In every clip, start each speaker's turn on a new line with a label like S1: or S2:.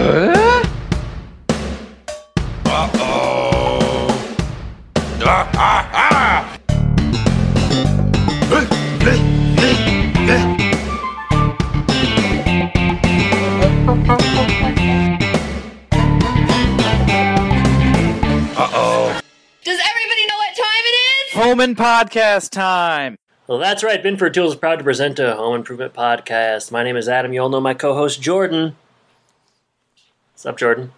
S1: Uh oh. Ah, ah, ah.
S2: Does everybody know what time it is?
S3: Pullman podcast time.
S4: Well, that's right. Binford Tools is proud to present a home improvement podcast. My name is Adam. You all know my co-host Jordan. What's up, Jordan?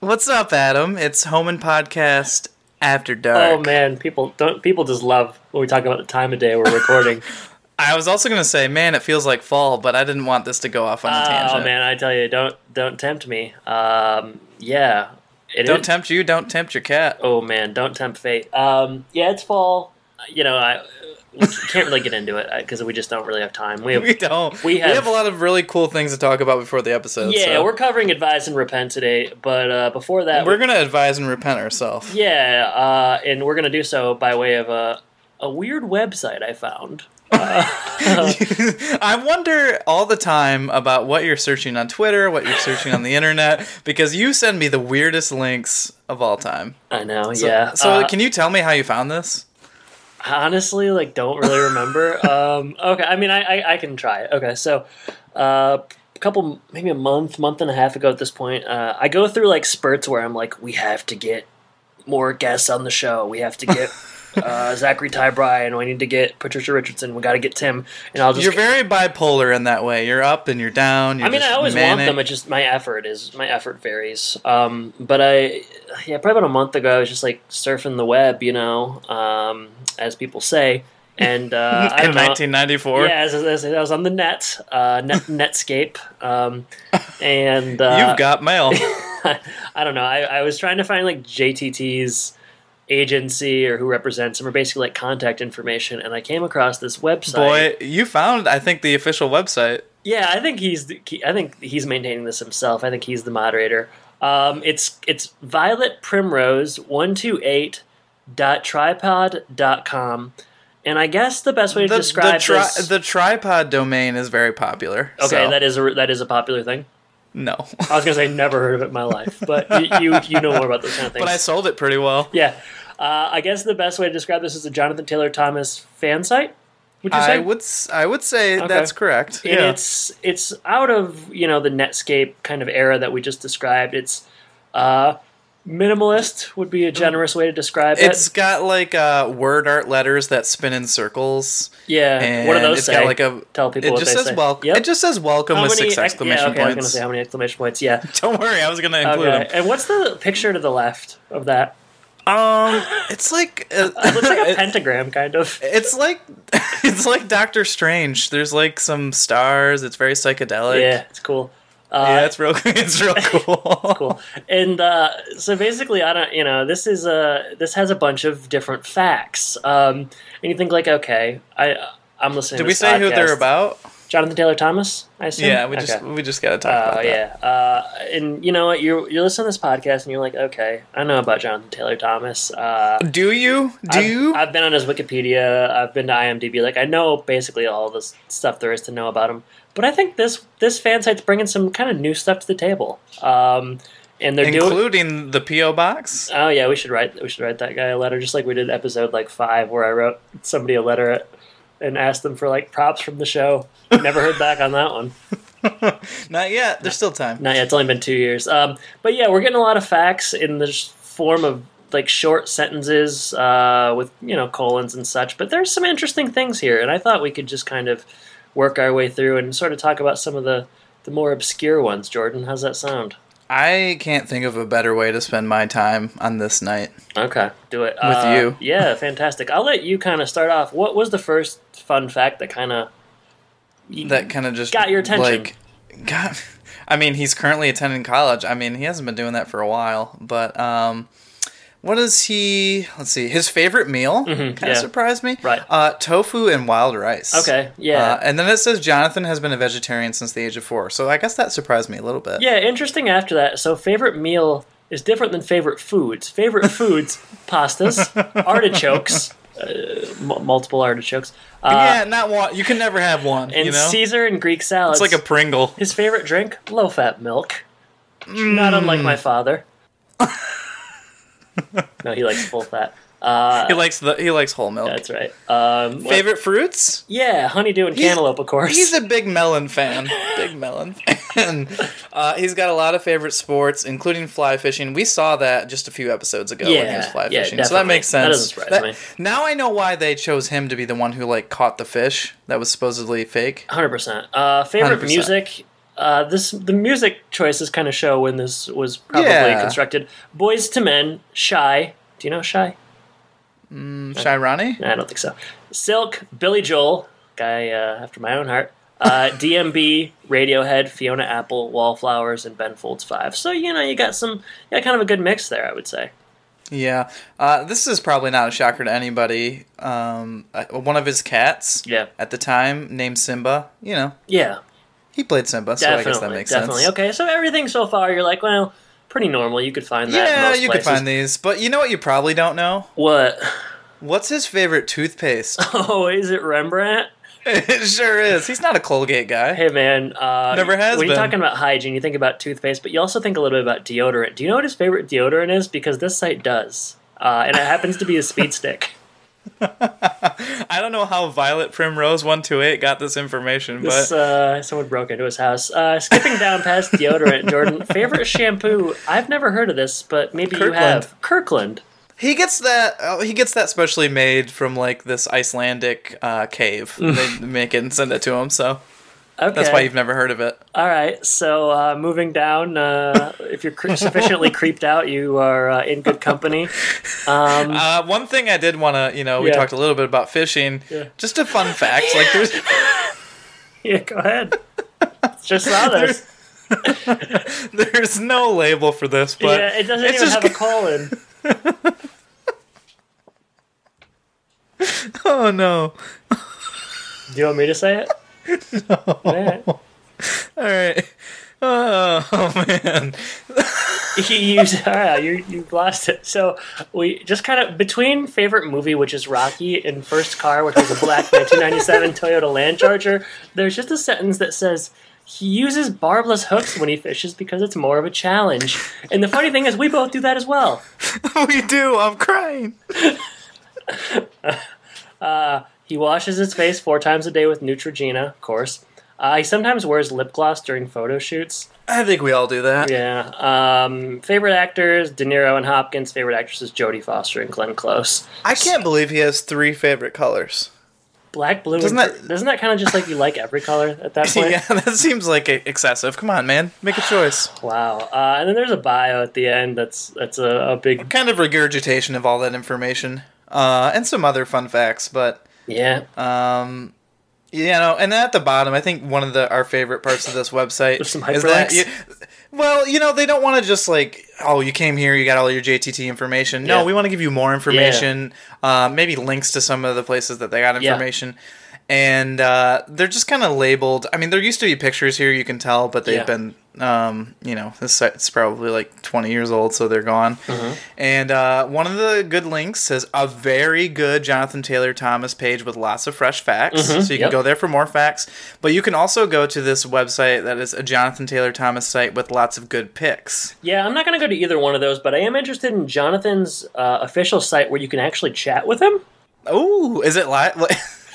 S3: What's up, Adam? It's Homan Podcast After Dark.
S4: Oh man, people don't people just love when we talk about the time of day we're recording.
S3: I was also gonna say, man, it feels like fall, but I didn't want this to go off on a
S4: oh
S3: tangent.
S4: man, I tell you, don't don't tempt me. Um, yeah, It
S3: Don't
S4: is-
S3: tempt you, don't tempt your cat.
S4: Oh man, don't tempt fate. Um, yeah, it's fall. You know, I we can't really get into it because we just don't really have time. We have
S3: We don't.
S4: We
S3: We have,
S4: have-
S3: a lot of really cool things to talk about before the episode.
S4: yeah,
S3: so
S4: we're covering advice and repent today, but uh, before that,
S3: we're gonna advise and repent ourselves.
S4: yeah, uh, and we're gonna do so by way of a a weird website I found. Uh-huh.
S3: I wonder all the time about what you're searching on Twitter, what you're searching on the internet, because you send me the weirdest links of all time.
S4: I know,
S3: So,
S4: yeah.
S3: So,
S4: uh,
S3: can you tell me how you found this?
S4: honestly like don't really remember um okay i mean I, I i can try it okay so uh a couple maybe a month month and a half ago at this point uh i go through like spurts where i'm like we have to get more guests on the show we have to get uh zachary ty bryan we need to get patricia richardson we got to get tim and i'll just
S3: You're very bipolar in that way. You're up and you're down. You're
S4: I mean,
S3: just
S4: I always want
S3: manic.
S4: them. It just my effort is my effort varies. Um, but I, yeah, probably about a month ago, I was just like surfing the web, you know, um, as people say, and uh, I
S3: in
S4: don't know.
S3: 1994.
S4: Yeah, as, as, I was on the net, uh, net Netscape, um, and uh,
S3: You've got mail.
S4: I don't know. I, I was trying to find like JTT's agency or who represents them, or basically like contact information, and I came across this website.
S3: Boy, you found, I think, the official website.
S4: Yeah, I think he's the- he- I think he's maintaining this himself. I think he's the moderator. Um, it's it's Violet Primrose one two eight dot tripod dot com, and I guess the best way to
S3: The, the,
S4: describe
S3: tri-
S4: this.
S3: the tripod domain is very popular.
S4: okay,
S3: so,
S4: that is a that is a popular thing.
S3: No.
S4: I was gonna say never heard of it in my life, but you you, you know more about those kind of things.
S3: but I sold it pretty well.
S4: yeah, uh, I guess the best way to describe this is a Jonathan Taylor Thomas fan site. Would you
S3: I
S4: say?
S3: would, s- I would say that's correct.
S4: and
S3: yeah.
S4: it's it's out of you know the Netscape kind of era that we just described. It's uh, minimalist would be a generous way to describe
S3: Mm. It's
S4: it.
S3: got like uh, word art letters that spin in circles.
S4: Yeah,
S3: And
S4: what do those
S3: it's
S4: say?
S3: got like a
S4: Tell people
S3: It
S4: what
S3: just
S4: they
S3: says
S4: say.
S3: welcome.
S4: Yep.
S3: It just says welcome with six
S4: ex-
S3: exclamation
S4: yeah, okay, I was gonna
S3: points.
S4: say how many exclamation points? Yeah.
S3: Don't worry, I was gonna include
S4: Okay.
S3: them.
S4: And what's the picture to the left of that?
S3: Um, it's like uh,
S4: It looks like a
S3: it-
S4: pentagram, kind of.
S3: It's like it's like Doctor Strange. There's like some stars. It's very psychedelic.
S4: yeah, it's cool. Uh,
S3: yeah, it's real. It's real cool.
S4: cool. And uh, so basically, I don't, you know, this is a this has a bunch of different facts. Um, and you think like, okay, I I'm listening.
S3: Did
S4: to
S3: we
S4: this
S3: say who they're
S4: podcast.
S3: about?
S4: Jonathan Taylor Thomas, I assume.
S3: Yeah, we just
S4: Okay.
S3: we just gotta talk
S4: Oh
S3: about that.
S4: yeah, uh, and you know what? You're you're listening to this podcast, and you're like, okay, I know about Jonathan Taylor Thomas. Uh,
S3: Do you? Do
S4: I've-
S3: you?
S4: I've, been on his Wikipedia. I've been to IMDb. Like I know basically all the s- stuff there is to know about him. But I think this this fan site's bringing some kind of new stuff to the table. Um, and they're doing.
S3: Including the PO box.
S4: Oh yeah, we should write we should write that guy a letter, just like we did episode like five, where I wrote somebody a letter and asked them for like props from the show. Never heard back on that one.
S3: Not yet. There's still time.
S4: Not yet. It's only been two years. Um, but yeah, we're getting a lot of facts in the sh- form of like short sentences uh, with you know colons and such. But there's some interesting things here, and I thought we could just kind of work our way through and sort of talk about some of the the more obscure ones. Jordan, how's that sound?
S3: I can't think of a better way to spend my time on this night.
S4: Okay, do it
S3: With
S4: Uh,
S3: you.
S4: Yeah, fantastic. I'll let you kind of start off. What was the first fun fact that kind of
S3: That kind of just
S4: Got your attention.
S3: Like, got. I mean, he's currently attending college. I mean, he hasn't been doing that for a while. But um, what is he? Let's see. His favorite meal kind of
S4: Mm-hmm. yeah.
S3: surprised me.
S4: Right.
S3: Uh, tofu and wild rice.
S4: Okay, yeah.
S3: Uh, and then it says Jonathan has been a vegetarian since the age of four. So I guess that surprised me a little bit.
S4: Yeah, interesting after that. So, favorite meal is different than favorite foods. Favorite foods, pastas, artichokes, uh, m- multiple artichokes, uh,
S3: yeah, not one. You can never have one.
S4: and
S3: you know,
S4: Caesar and Greek salads.
S3: it's like a Pringle.
S4: His favorite drink, low fat milk. Not unlike
S3: Mm.
S4: my father. no, he likes full fat. Uh,
S3: He likes the he likes whole milk.
S4: that's right. Um, what-
S3: Favorite fruits?
S4: Yeah, honeydew and cantaloupe, of course.
S3: He's a big melon fan. Big melon fan. Uh, he's got a lot of favorite sports, including fly fishing. We saw that just a few episodes ago when he was
S4: Yeah,
S3: fly
S4: yeah,
S3: fishing. so that
S4: definitely.
S3: makes sense.
S4: That doesn't surprise me.
S3: Now I know why they chose him to be the one who like caught the fish that was supposedly fake.
S4: Hundred percent. Uh, favorite
S3: 100%.
S4: music. Uh, this the music choices kind of show when this was probably
S3: Yeah.
S4: constructed. Boys to Men, Shy. Do you know Shy?
S3: Shirani?
S4: Nah, I don't think so. Silk, Billy Joel, guy uh, after my own heart. Uh, DMB, Radiohead, Fiona Apple, Wallflowers, and Ben Folds Five. So you know you got some, yeah, kind of a good mix there. I would say.
S3: Yeah. Uh, this is probably not a shocker to anybody. Um, uh, one of his cats
S4: Yeah.
S3: at the time named Simba. You know,
S4: Yeah,
S3: he played Simba, so I
S4: definitely,
S3: guess that makes
S4: definitely.
S3: sense.
S4: Okay, so everything so far, you're like, well, pretty normal. You could find that. in
S3: Yeah,
S4: most
S3: you
S4: places.
S3: could find these. But you know what you probably don't know?
S4: What?
S3: What's his favorite toothpaste?
S4: Oh, is it Rembrandt?
S3: it sure is. He's not a Colgate guy.
S4: Hey man, uh,
S3: Never has
S4: When
S3: been.
S4: you're talking about hygiene, you think about toothpaste, but you also think a little bit about deodorant. Do you know what his favorite deodorant is? Because this site does, uh, and it happens to be a speed stick.
S3: I don't know how Violet Primrose 128 got this information,
S4: This,
S3: but
S4: uh, someone broke into his house. Uh, skipping down past deodorant, Jordan. Favorite shampoo? I've never heard of this, but maybe you
S3: Kirkland.
S4: have. Kirkland.
S3: he gets that oh, he gets that specially made from like this Icelandic uh, cave. they make it and send it to him, so
S4: Okay.
S3: that's why you've never heard of it.
S4: All right. So uh, moving down, uh, if you're cre- sufficiently creeped out, you are uh, in good company. Um,
S3: Uh, one thing I did want to, you know, we
S4: Yeah.
S3: talked a little bit about fishing. Just a fun fact, like there's
S4: yeah, go ahead. Just saw this.
S3: there's no label for this, but
S4: yeah, it doesn't
S3: it's
S4: even
S3: just
S4: have a colon.
S3: oh no.
S4: Do you want me to say it? Alright.
S3: All right. Oh, man.
S4: you, you, alright, you, you lost it. So we just kind of between favorite movie, which is Rocky, and first car, which was a black 1997 Toyota Land Charger. There's just a sentence that says. He uses barbless hooks when he fishes because it's more of a challenge. And the funny thing is, we both do that as well.
S3: we do. I'm crying.
S4: He washes his face four times a day with Neutrogena, of course. Uh, he sometimes wears lip gloss during photo shoots.
S3: I think we all do that.
S4: Yeah. Um, favorite actors: De Niro and Hopkins. Favorite actresses: Jodie Foster and Glenn Close.
S3: I can't believe he has three favorite colors.
S4: Black, blue.
S3: Doesn't
S4: and-
S3: that-
S4: doesn't that kind of just like you like every color at that point?
S3: yeah, that seems like e- excessive. Come on, man. Make a choice.
S4: Wow. Uh, and then there's a bio at the end. That's that's a, a big
S3: kind of regurgitation of all that information uh, and some other fun facts, but
S4: yeah.
S3: um, you know, and at the bottom, I think one of the our favorite parts of this website
S4: There's some
S3: is that
S4: hyperlinks.
S3: you, well, you know, they don't want to just like, oh, you came here, you got all your JTT information. No,
S4: Yeah.
S3: we want to give you more information, uh, maybe links to some of the places that they got
S4: Yeah.
S3: information. And uh, they're just kind of labeled. I mean, there used to be pictures here, you can tell, but they've
S4: Yeah.
S3: been, um, you know, this site's probably like 20 years old, so they're gone.
S4: Mm-hmm.
S3: And uh, one of the good links says a very good Jonathan Taylor Thomas page with lots of fresh facts. So you can
S4: Mm-hmm. yep.
S3: go there for more facts. But you can also go to this website that is a Jonathan Taylor Thomas site with lots of good picks.
S4: Yeah. I'm not gonna go to either one of those, but I am interested in Jonathan's uh, official site where you can actually chat with him.
S3: Oh, is it live?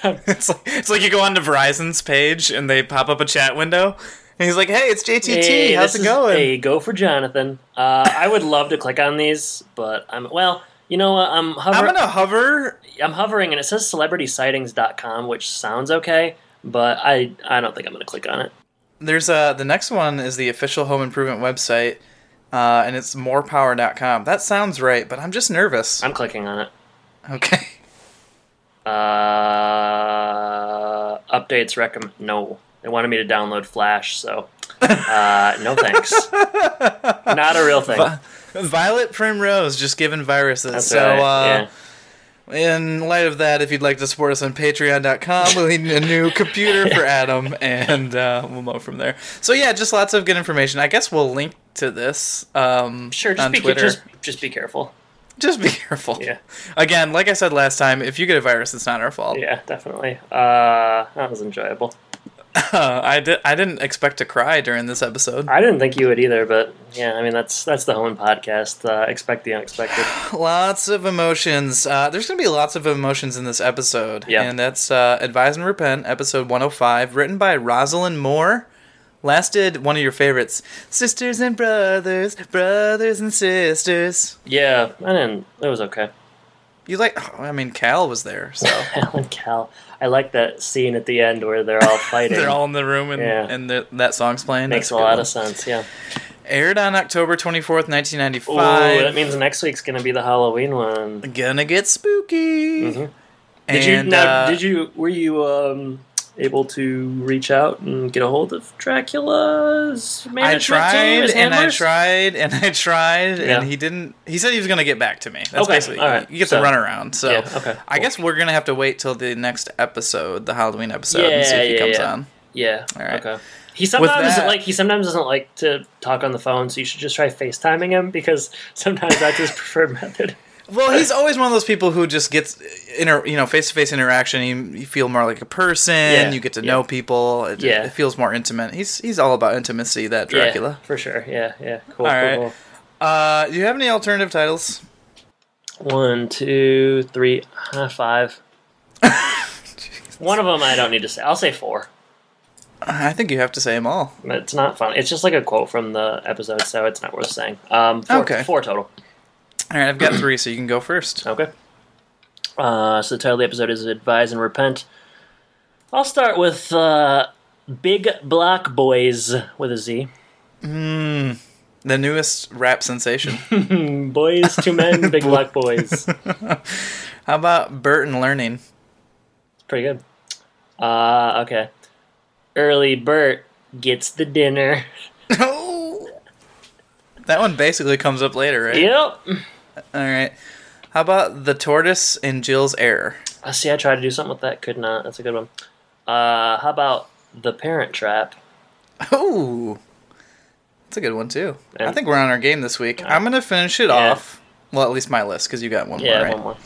S3: it's, like, it's like you go onto Verizon's page and they pop up a chat window. And he's like, hey, it's JTT.
S4: Hey,
S3: How's
S4: this
S3: it
S4: is
S3: going?
S4: a go for Jonathan. Uh, I would love to click on these, but I'm well. You know, what, I'm hover-
S3: I'm going to hover.
S4: I'm hovering and it says celebritysightings.com, which sounds okay, but I I don't think I'm going to click on it.
S3: There's uh, the next one is the official home improvement website. Uh, and it's morepower.com. That sounds right, but I'm just nervous.
S4: I'm clicking on it.
S3: Okay.
S4: Uh, updates recommend. No, they wanted me to download Flash, so uh, no thanks. Not a real thing.
S3: Violet Primrose just given viruses.
S4: That's
S3: so,
S4: all right,
S3: uh, in light of that, if you'd like to support us on patreon.com, we'll need a new computer for Adam, and uh, we'll move from there. So, yeah, just lots of good information. I guess we'll link to this um,
S4: sure. Just
S3: on
S4: be
S3: Twitter.
S4: just just be careful.
S3: Just be careful.
S4: Yeah.
S3: Again, like I said last time, if you get a virus, it's not our fault.
S4: Yeah, definitely. Uh, that was enjoyable.
S3: I did. I didn't expect to cry during this episode.
S4: I didn't think you would either, but yeah, I mean that's that's the Hoenn podcast. Uh, expect the unexpected.
S3: Lots of emotions. Uh, there's gonna be lots of emotions in this episode.
S4: Yeah.
S3: and that's uh, "Advise and Repent," episode 105, written by Rosalind Moore. Last did one of your favorites, "Sisters and Brothers, Brothers and Sisters."
S4: Yeah, I didn't. It was okay.
S3: You like? oh, I mean, Cal was there, so
S4: Alan Cal. I like that scene at the end where they're all fighting.
S3: they're all in the room and
S4: Yeah.
S3: and the, that song's playing.
S4: Makes
S3: That's
S4: a
S3: good
S4: lot
S3: one.
S4: of sense. Yeah.
S3: Aired on October 24th,
S4: Ooh,
S3: 1995.
S4: that means next week's gonna be the Halloween one.
S3: gonna get spooky.
S4: Mhm.
S3: And,
S4: Did you now,
S3: uh,
S4: did you were you um, able to reach out and get a hold of Dracula's
S3: I
S4: management team?
S3: tried
S4: his
S3: and I
S4: handlers?
S3: tried and I tried
S4: Yeah.
S3: and he didn't. He said he was gonna get back to me. That's
S4: Okay,
S3: basically
S4: all right,
S3: you get
S4: so-
S3: the runaround. So
S4: Yeah, okay,
S3: I
S4: cool.
S3: guess we're gonna have to wait till the next episode, the Halloween episode,
S4: Yeah,
S3: and see if he
S4: yeah,
S3: comes
S4: yeah.
S3: on.
S4: Yeah.
S3: All right.
S4: Okay. He sometimes doesn't
S3: that-
S4: like he sometimes doesn't like to talk on the phone, so you should just try FaceTiming him because sometimes that's his preferred method.
S3: Well, he's always one of those people who just gets inter, you know, face to face interaction. You, you feel more like a person.
S4: Yeah,
S3: You get to
S4: yeah.
S3: know people. It,
S4: Yeah.
S3: it feels more intimate. He's he's all about intimacy. That Dracula.
S4: Yeah, for sure. Yeah, yeah. Cool.
S3: All
S4: cool,
S3: right.
S4: cool.
S3: Uh, do you have any alternative titles?
S4: One, two, three, uh, five. One of them I don't need to say. I'll say four.
S3: I think you have to say them all.
S4: It's not fun. It's just like a quote from the episode, so it's not worth saying. Um, four,
S3: Okay.
S4: Four total.
S3: All right, I've got three, so you can go first.
S4: Okay. Uh, so the title of the episode is "Advise and Repent." I'll start with uh, "Big Black Boys" with a Z.
S3: The newest rap sensation.
S4: Boys to men, big black boys.
S3: How about Burton learning?
S4: Pretty good. Uh, okay. Early Bert gets the dinner.
S3: that one basically comes up later, right?
S4: Yep.
S3: All right. How about the tortoise and Jill's heir?
S4: I see. I tried to do something with that. Could not. That's a good one. Uh, how about the Parent Trap?
S3: Oh, that's a good one too. I
S4: And-
S3: think we're on our game this week. I'm gonna finish it
S4: Yeah.
S3: off. Well, at least my list, because you got one
S4: Yeah,
S3: more. Right?
S4: one more.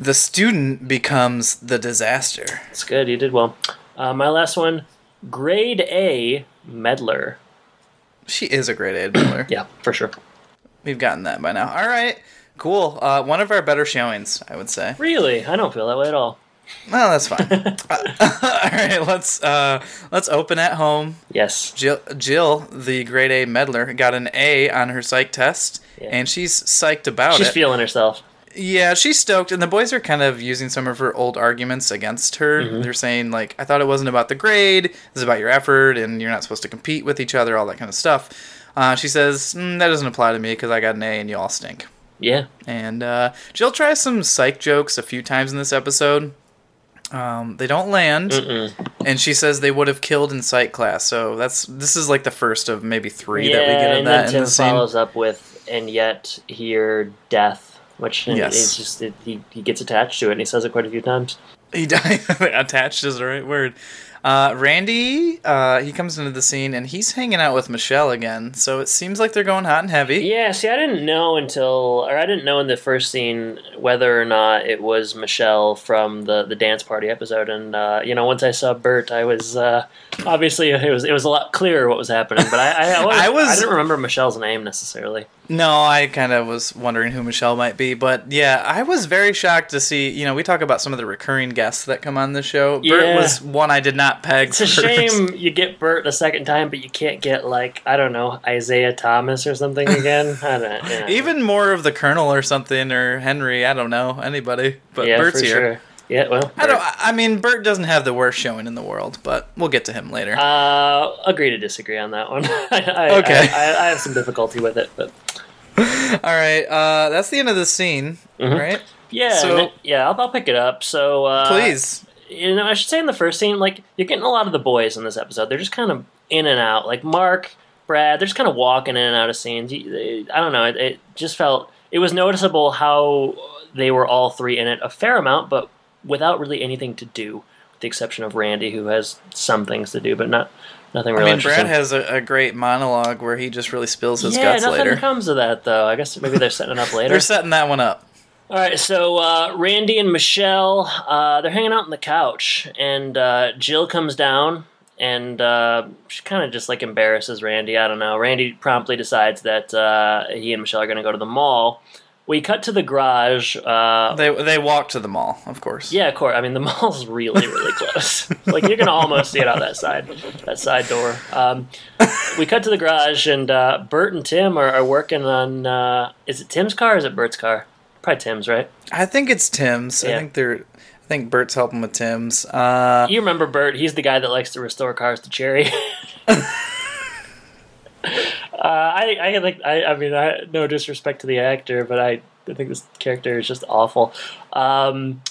S3: The student becomes the disaster.
S4: That's good. You did well. Uh, my last one, Grade A Meddler.
S3: She is a great aid miller.
S4: Yeah, for sure.
S3: We've gotten that by now. All right. Cool. Uh, one of our better showings, I would say.
S4: Really, I don't feel that way at all.
S3: Well, that's fine. Uh, all right, let's uh, let's open at home.
S4: Yes.
S3: Jill, Jill, the grade A meddler, got an A on her psych test,
S4: Yeah.
S3: and she's psyched about
S4: She's
S3: it.
S4: feeling herself.
S3: yeah, she's stoked, and the boys are kind of using some of her old arguments against her.
S4: Mm-hmm.
S3: They're saying like, "I thought it wasn't about the grade; it was about your effort, and you're not supposed to compete with each other, all that kind of stuff." Uh, she says, mm, "That doesn't apply to me because I got an A, and you all stink."
S4: Yeah.
S3: And uh, Jill tries some psych jokes a few times in this episode. Um, they don't land, and she says they would have killed in psych class. So that's this is like the first of maybe three
S4: yeah,
S3: that we get of
S4: and
S3: that
S4: then
S3: in
S4: Tim
S3: the scene.
S4: follows up with, and yet hear death, which
S3: Yes.
S4: is just it, he, he gets attached to it, and he says it quite a few times.
S3: He died. Attached is the right word. Uh, Randy, uh, he comes into the scene and he's hanging out with Michelle again. So it seems like they're going hot and heavy.
S4: Yeah, see, I didn't know until, or I didn't know in the first scene whether or not it was Michelle from the the dance party episode. And uh, you know, once I saw Bert, I was uh, obviously it was it was a lot clearer what was happening. But I I, I,
S3: I was-
S4: I didn't remember Michelle's name necessarily.
S3: No, I kind of was wondering who Michelle might be, but yeah, I was very shocked to see. You know, we talk about some of the recurring guests that come on the show.
S4: Yeah.
S3: Bert was one I did not peg.
S4: It's a shame you get Bert the second time, but you can't get like I don't know Isaiah Thomas or something again. I don't yeah.
S3: Even more of the Colonel or something or Henry. I don't know anybody, but
S4: yeah,
S3: Bert's
S4: for
S3: here.
S4: sure. Yeah, well,
S3: I don't. I I mean, Bert doesn't have the worst showing in the world, but we'll get to him later.
S4: Uh, agree to disagree on that one. I, I,
S3: Okay.
S4: I, I, I have some difficulty with it, but
S3: All right, uh, that's the end of the scene,
S4: Mm-hmm.
S3: right?
S4: Yeah,
S3: So-
S4: and it- yeah, I'll, I'll pick it up. So uh,
S3: Please.
S4: you know, I should say in the first scene, like you're getting a lot of the boys in this episode. They're just kind of in and out. Like Mark, Brad, they're just kind of walking in and out of scenes. You- they- I don't know. It, it just felt it was noticeable how they were all three in it a fair amount, but without really anything to do, with the exception of Randy, who has some things to do, but not nothing
S3: I
S4: really.
S3: mean, Brad
S4: interesting.
S3: has a, a great monologue where he just really spills his
S4: yeah,
S3: guts
S4: nothing
S3: later.
S4: comes of that though. I guess maybe they're setting it up later.
S3: They're setting that one up.
S4: All right, so uh, Randy and Michelle, uh, they're hanging out on the couch, and uh, Jill comes down and uh, she kind of just like embarrasses Randy. I don't know. Randy promptly decides that uh, he and Michelle are going to go to the mall. We cut to the garage. Uh,
S3: They they walk to the mall, of course.
S4: yeah, of course. I mean, the mall's really, really close. like you can almost see it on that side, that side door. Um, we cut to the garage, and uh, Bert and Tim are, are working on. Uh, is it Tim's car? or Is it Bert's car? Probably Tim's, right?
S3: I think it's Tim's.
S4: Yeah.
S3: I think they're. I think Bert's helping with Tim's. Uh,
S4: You remember Bert? He's the guy that likes to restore cars to Cherry. uh, I, I like. I, I mean, I, no disrespect to the actor, but I, I think this character is just awful. Um,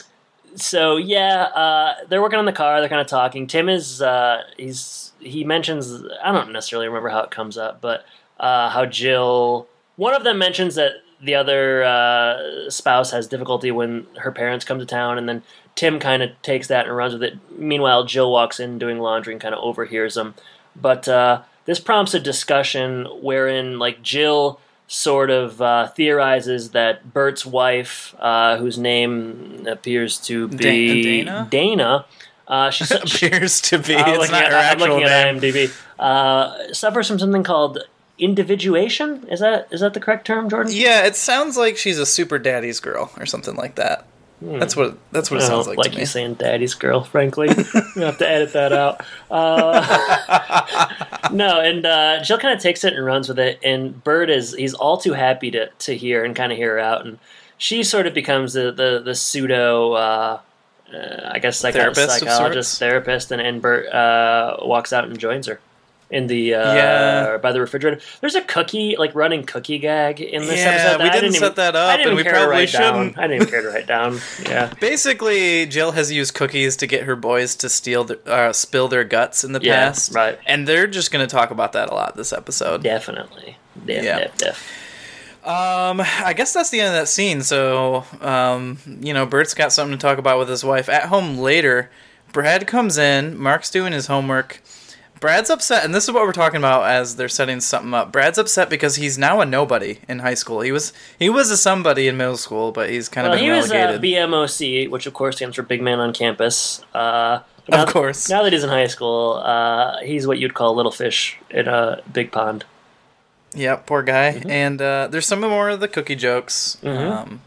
S4: so yeah, uh, they're working on the car. They're kind of talking. Tim is. Uh, he's. He mentions. I don't necessarily remember how it comes up, but uh, how Jill. One of them mentions that the other uh, spouse has difficulty when her parents come to town, and then Tim kind of takes that and runs with it. Meanwhile, Jill walks in doing laundry and kind of overhears him. But uh, this prompts a discussion wherein, like, Jill sort of uh, theorizes that Bert's wife, uh, whose name appears to be
S3: Dana?
S4: Dana uh, she's,
S3: appears to be.
S4: I'm
S3: it's
S4: looking
S3: not
S4: at-
S3: her
S4: I'm
S3: actual
S4: looking
S3: name.
S4: at IMDb. Uh, suffers from something called individuation. Is that is that the correct term, Jordan?
S3: Yeah, it sounds like she's a super daddy's girl or something like that.
S4: Hmm.
S3: That's what that's what it
S4: I
S3: sounds
S4: don't
S3: like,
S4: like
S3: to
S4: you
S3: me.
S4: saying daddy's girl, frankly. you have to edit that out. Uh, no, and uh, Jill kind of takes it and runs with it, and Bird is he's all too happy to to hear and kind of hear her out, and she sort of becomes the the, the pseudo. Uh, uh, I guess psycho-
S3: Therapist of
S4: psychologist,
S3: sorts?
S4: therapist, and, and Bert uh, walks out and joins her in the uh,
S3: Yeah.
S4: by the refrigerator. There's a cookie like running cookie gag in this
S3: Yeah,
S4: episode. that
S3: we
S4: I
S3: didn't
S4: even-
S3: set that up,
S4: I didn't
S3: and we
S4: care to
S3: probably
S4: write down.
S3: shouldn't.
S4: I didn't even care to write down. Yeah.
S3: Basically, Jill has used cookies to get her boys to steal the, uh, spill their guts in the
S4: Yeah,
S3: past,
S4: right.
S3: And they're just going to talk about that a lot this episode.
S4: Definitely. Def,
S3: Yeah.
S4: def, def.
S3: Um, I guess that's the end of that scene. So, um, you know, Bert's got something to talk about with his wife at home later. Brad comes in. Mark's doing his homework. Brad's upset, and this is what we're talking about as they're setting something up. Brad's upset because he's now a nobody in high school. He was he was a somebody in middle school, but he's kind of
S4: Well,
S3: been
S4: he was uh,
S3: relegated.
S4: BMOC, which of course stands for Big Man on Campus. Uh, but
S3: Of
S4: now-
S3: course.
S4: Now that he's in high school, uh, he's what you'd call a little fish in a big pond.
S3: yeah, poor guy.
S4: Mm-hmm.
S3: And uh, there's some more of the cookie jokes um,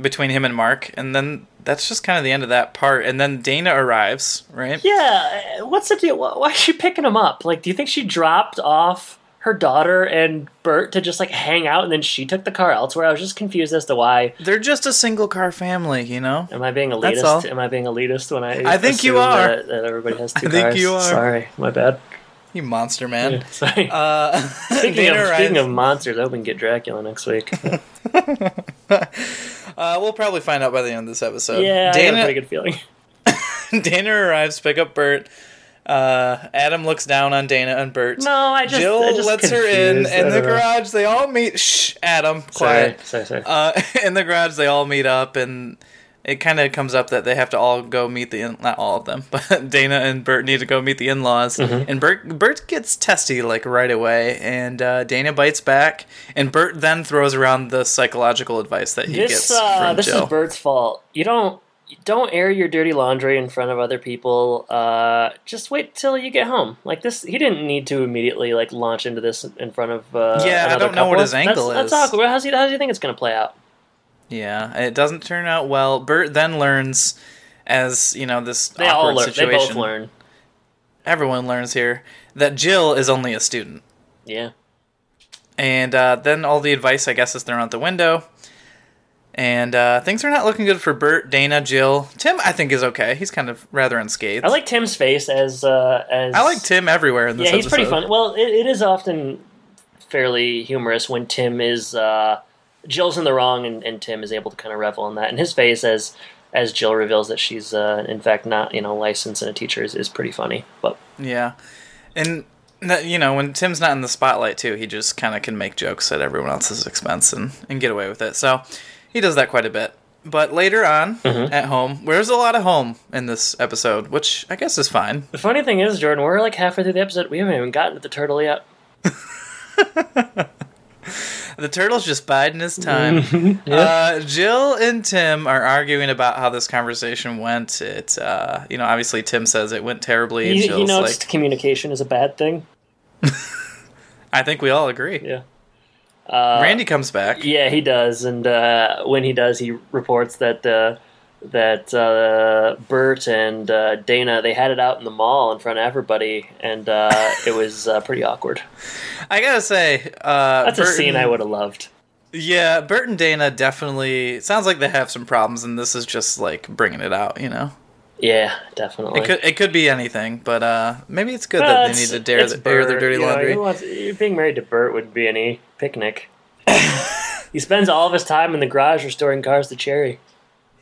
S3: between him and Mark, and then that's just kind of the end of that part. And then Dana arrives, right?
S4: Yeah. uh, What's the deal? Why, why is she picking him up? Like, do you think she dropped off her daughter and Bert to just like hang out, and then she took the car elsewhere? I was just confused as to why.
S3: They're just a single car family, you know?
S4: Am I being
S3: That's all.
S4: elitist? Am I being elitist when I?
S3: I think you
S4: assume
S3: are.
S4: That, that everybody has two
S3: I think
S4: cars?
S3: you are.
S4: Sorry, my bad.
S3: You monster man.
S4: Sorry.
S3: Uh,
S4: Speaking
S3: Dana
S4: of, speaking
S3: arrives-
S4: of monsters, I hope we can get Dracula next week.
S3: uh, we'll probably find out by the end of this episode.
S4: yeah, I got a pretty
S3: Dana,
S4: good feeling.
S3: Dana arrives, pick up Bert. Uh, Adam looks down on Dana and Bert.
S4: No, I just
S3: Jill
S4: I just
S3: lets her in,
S4: confused. I
S3: and the
S4: don't know.
S3: garage they all meet. Shh, Adam,
S4: Sorry,
S3: quiet.
S4: sorry, sorry.
S3: Uh, in the garage they all meet up, and it kind of comes up that they have to all go meet the in- not all of them, but Dana and Bert need to go meet the in laws.
S4: Mm-hmm.
S3: And Bert Bert gets testy like right away, and uh, Dana bites back, and Bert then throws around the psychological advice that he
S4: this
S3: gets
S4: uh,
S3: from
S4: this
S3: Jill.
S4: is Bert's fault. You don't you don't air your dirty laundry in front of other people. Uh, just wait till you get home. Like this, he didn't need to immediately like launch into this in front of. Uh,
S3: Yeah, I
S4: another
S3: don't know what
S4: couple.
S3: his angle
S4: that's,
S3: is.
S4: That's awkward. How's he, how do you think it's going to play out?
S3: Yeah, it doesn't turn out well. Bert then learns, as you know, this
S4: They
S3: awkward
S4: all learn.
S3: situation.
S4: They both learn.
S3: Everyone learns here that Jill is only a student.
S4: Yeah.
S3: And uh, then all the advice, I guess, is thrown out the window. And uh, things are not looking good for Bert, Dana, Jill. Tim, I think, is okay. He's kind of rather unscathed.
S4: I like Tim's face as uh, as
S3: I like Tim everywhere in this
S4: yeah, he's pretty
S3: episode.
S4: fun. Well, it, it is often fairly humorous when Tim is uh, Jill's in the wrong, and, and Tim is able to kind of revel in that. And his face as as Jill reveals that she's uh, in fact not you know licensed and a teacher is, is pretty funny. But
S3: Yeah. And, that- you know, when Tim's not in the spotlight, too, he just kind of can make jokes at everyone else's expense and, and get away with it. So he does that quite a bit. But later on,
S4: Mm-hmm.
S3: at home, there's a lot of home in this episode, which I guess is fine.
S4: the funny thing is, Jordan, we're like halfway through the episode. We haven't even gotten to the turtle yet.
S3: The turtle's just biding his time. uh, Jill and Tim are arguing about how this conversation went. It, uh, you know, obviously Tim says it went terribly. And
S4: He, he
S3: Jill's
S4: noticed
S3: like,
S4: communication is a bad thing.
S3: I think we all agree.
S4: Yeah. Uh,
S3: Randy comes back.
S4: Yeah, he does, and uh, when he does, he reports that uh, that uh, Bert and uh, Dana they had it out in the mall in front of everybody, and uh, it was uh, pretty awkward.
S3: I gotta say, uh,
S4: That's a
S3: Bert
S4: scene
S3: and-
S4: I would have loved.
S3: Yeah, Bert and Dana definitely it sounds like they have some problems, and this is just like bringing it out. You know,
S4: Yeah, definitely.
S3: it could it could be anything, but uh, maybe it's good
S4: Well,
S3: that they need
S4: it's-
S3: to dare
S4: it's
S3: the, air their
S4: Bert,
S3: dirty
S4: you know, you
S3: laundry.
S4: don't want to- being married to Bert wouldn't be any picnic. he spends all of his time in the garage restoring cars to Cherry.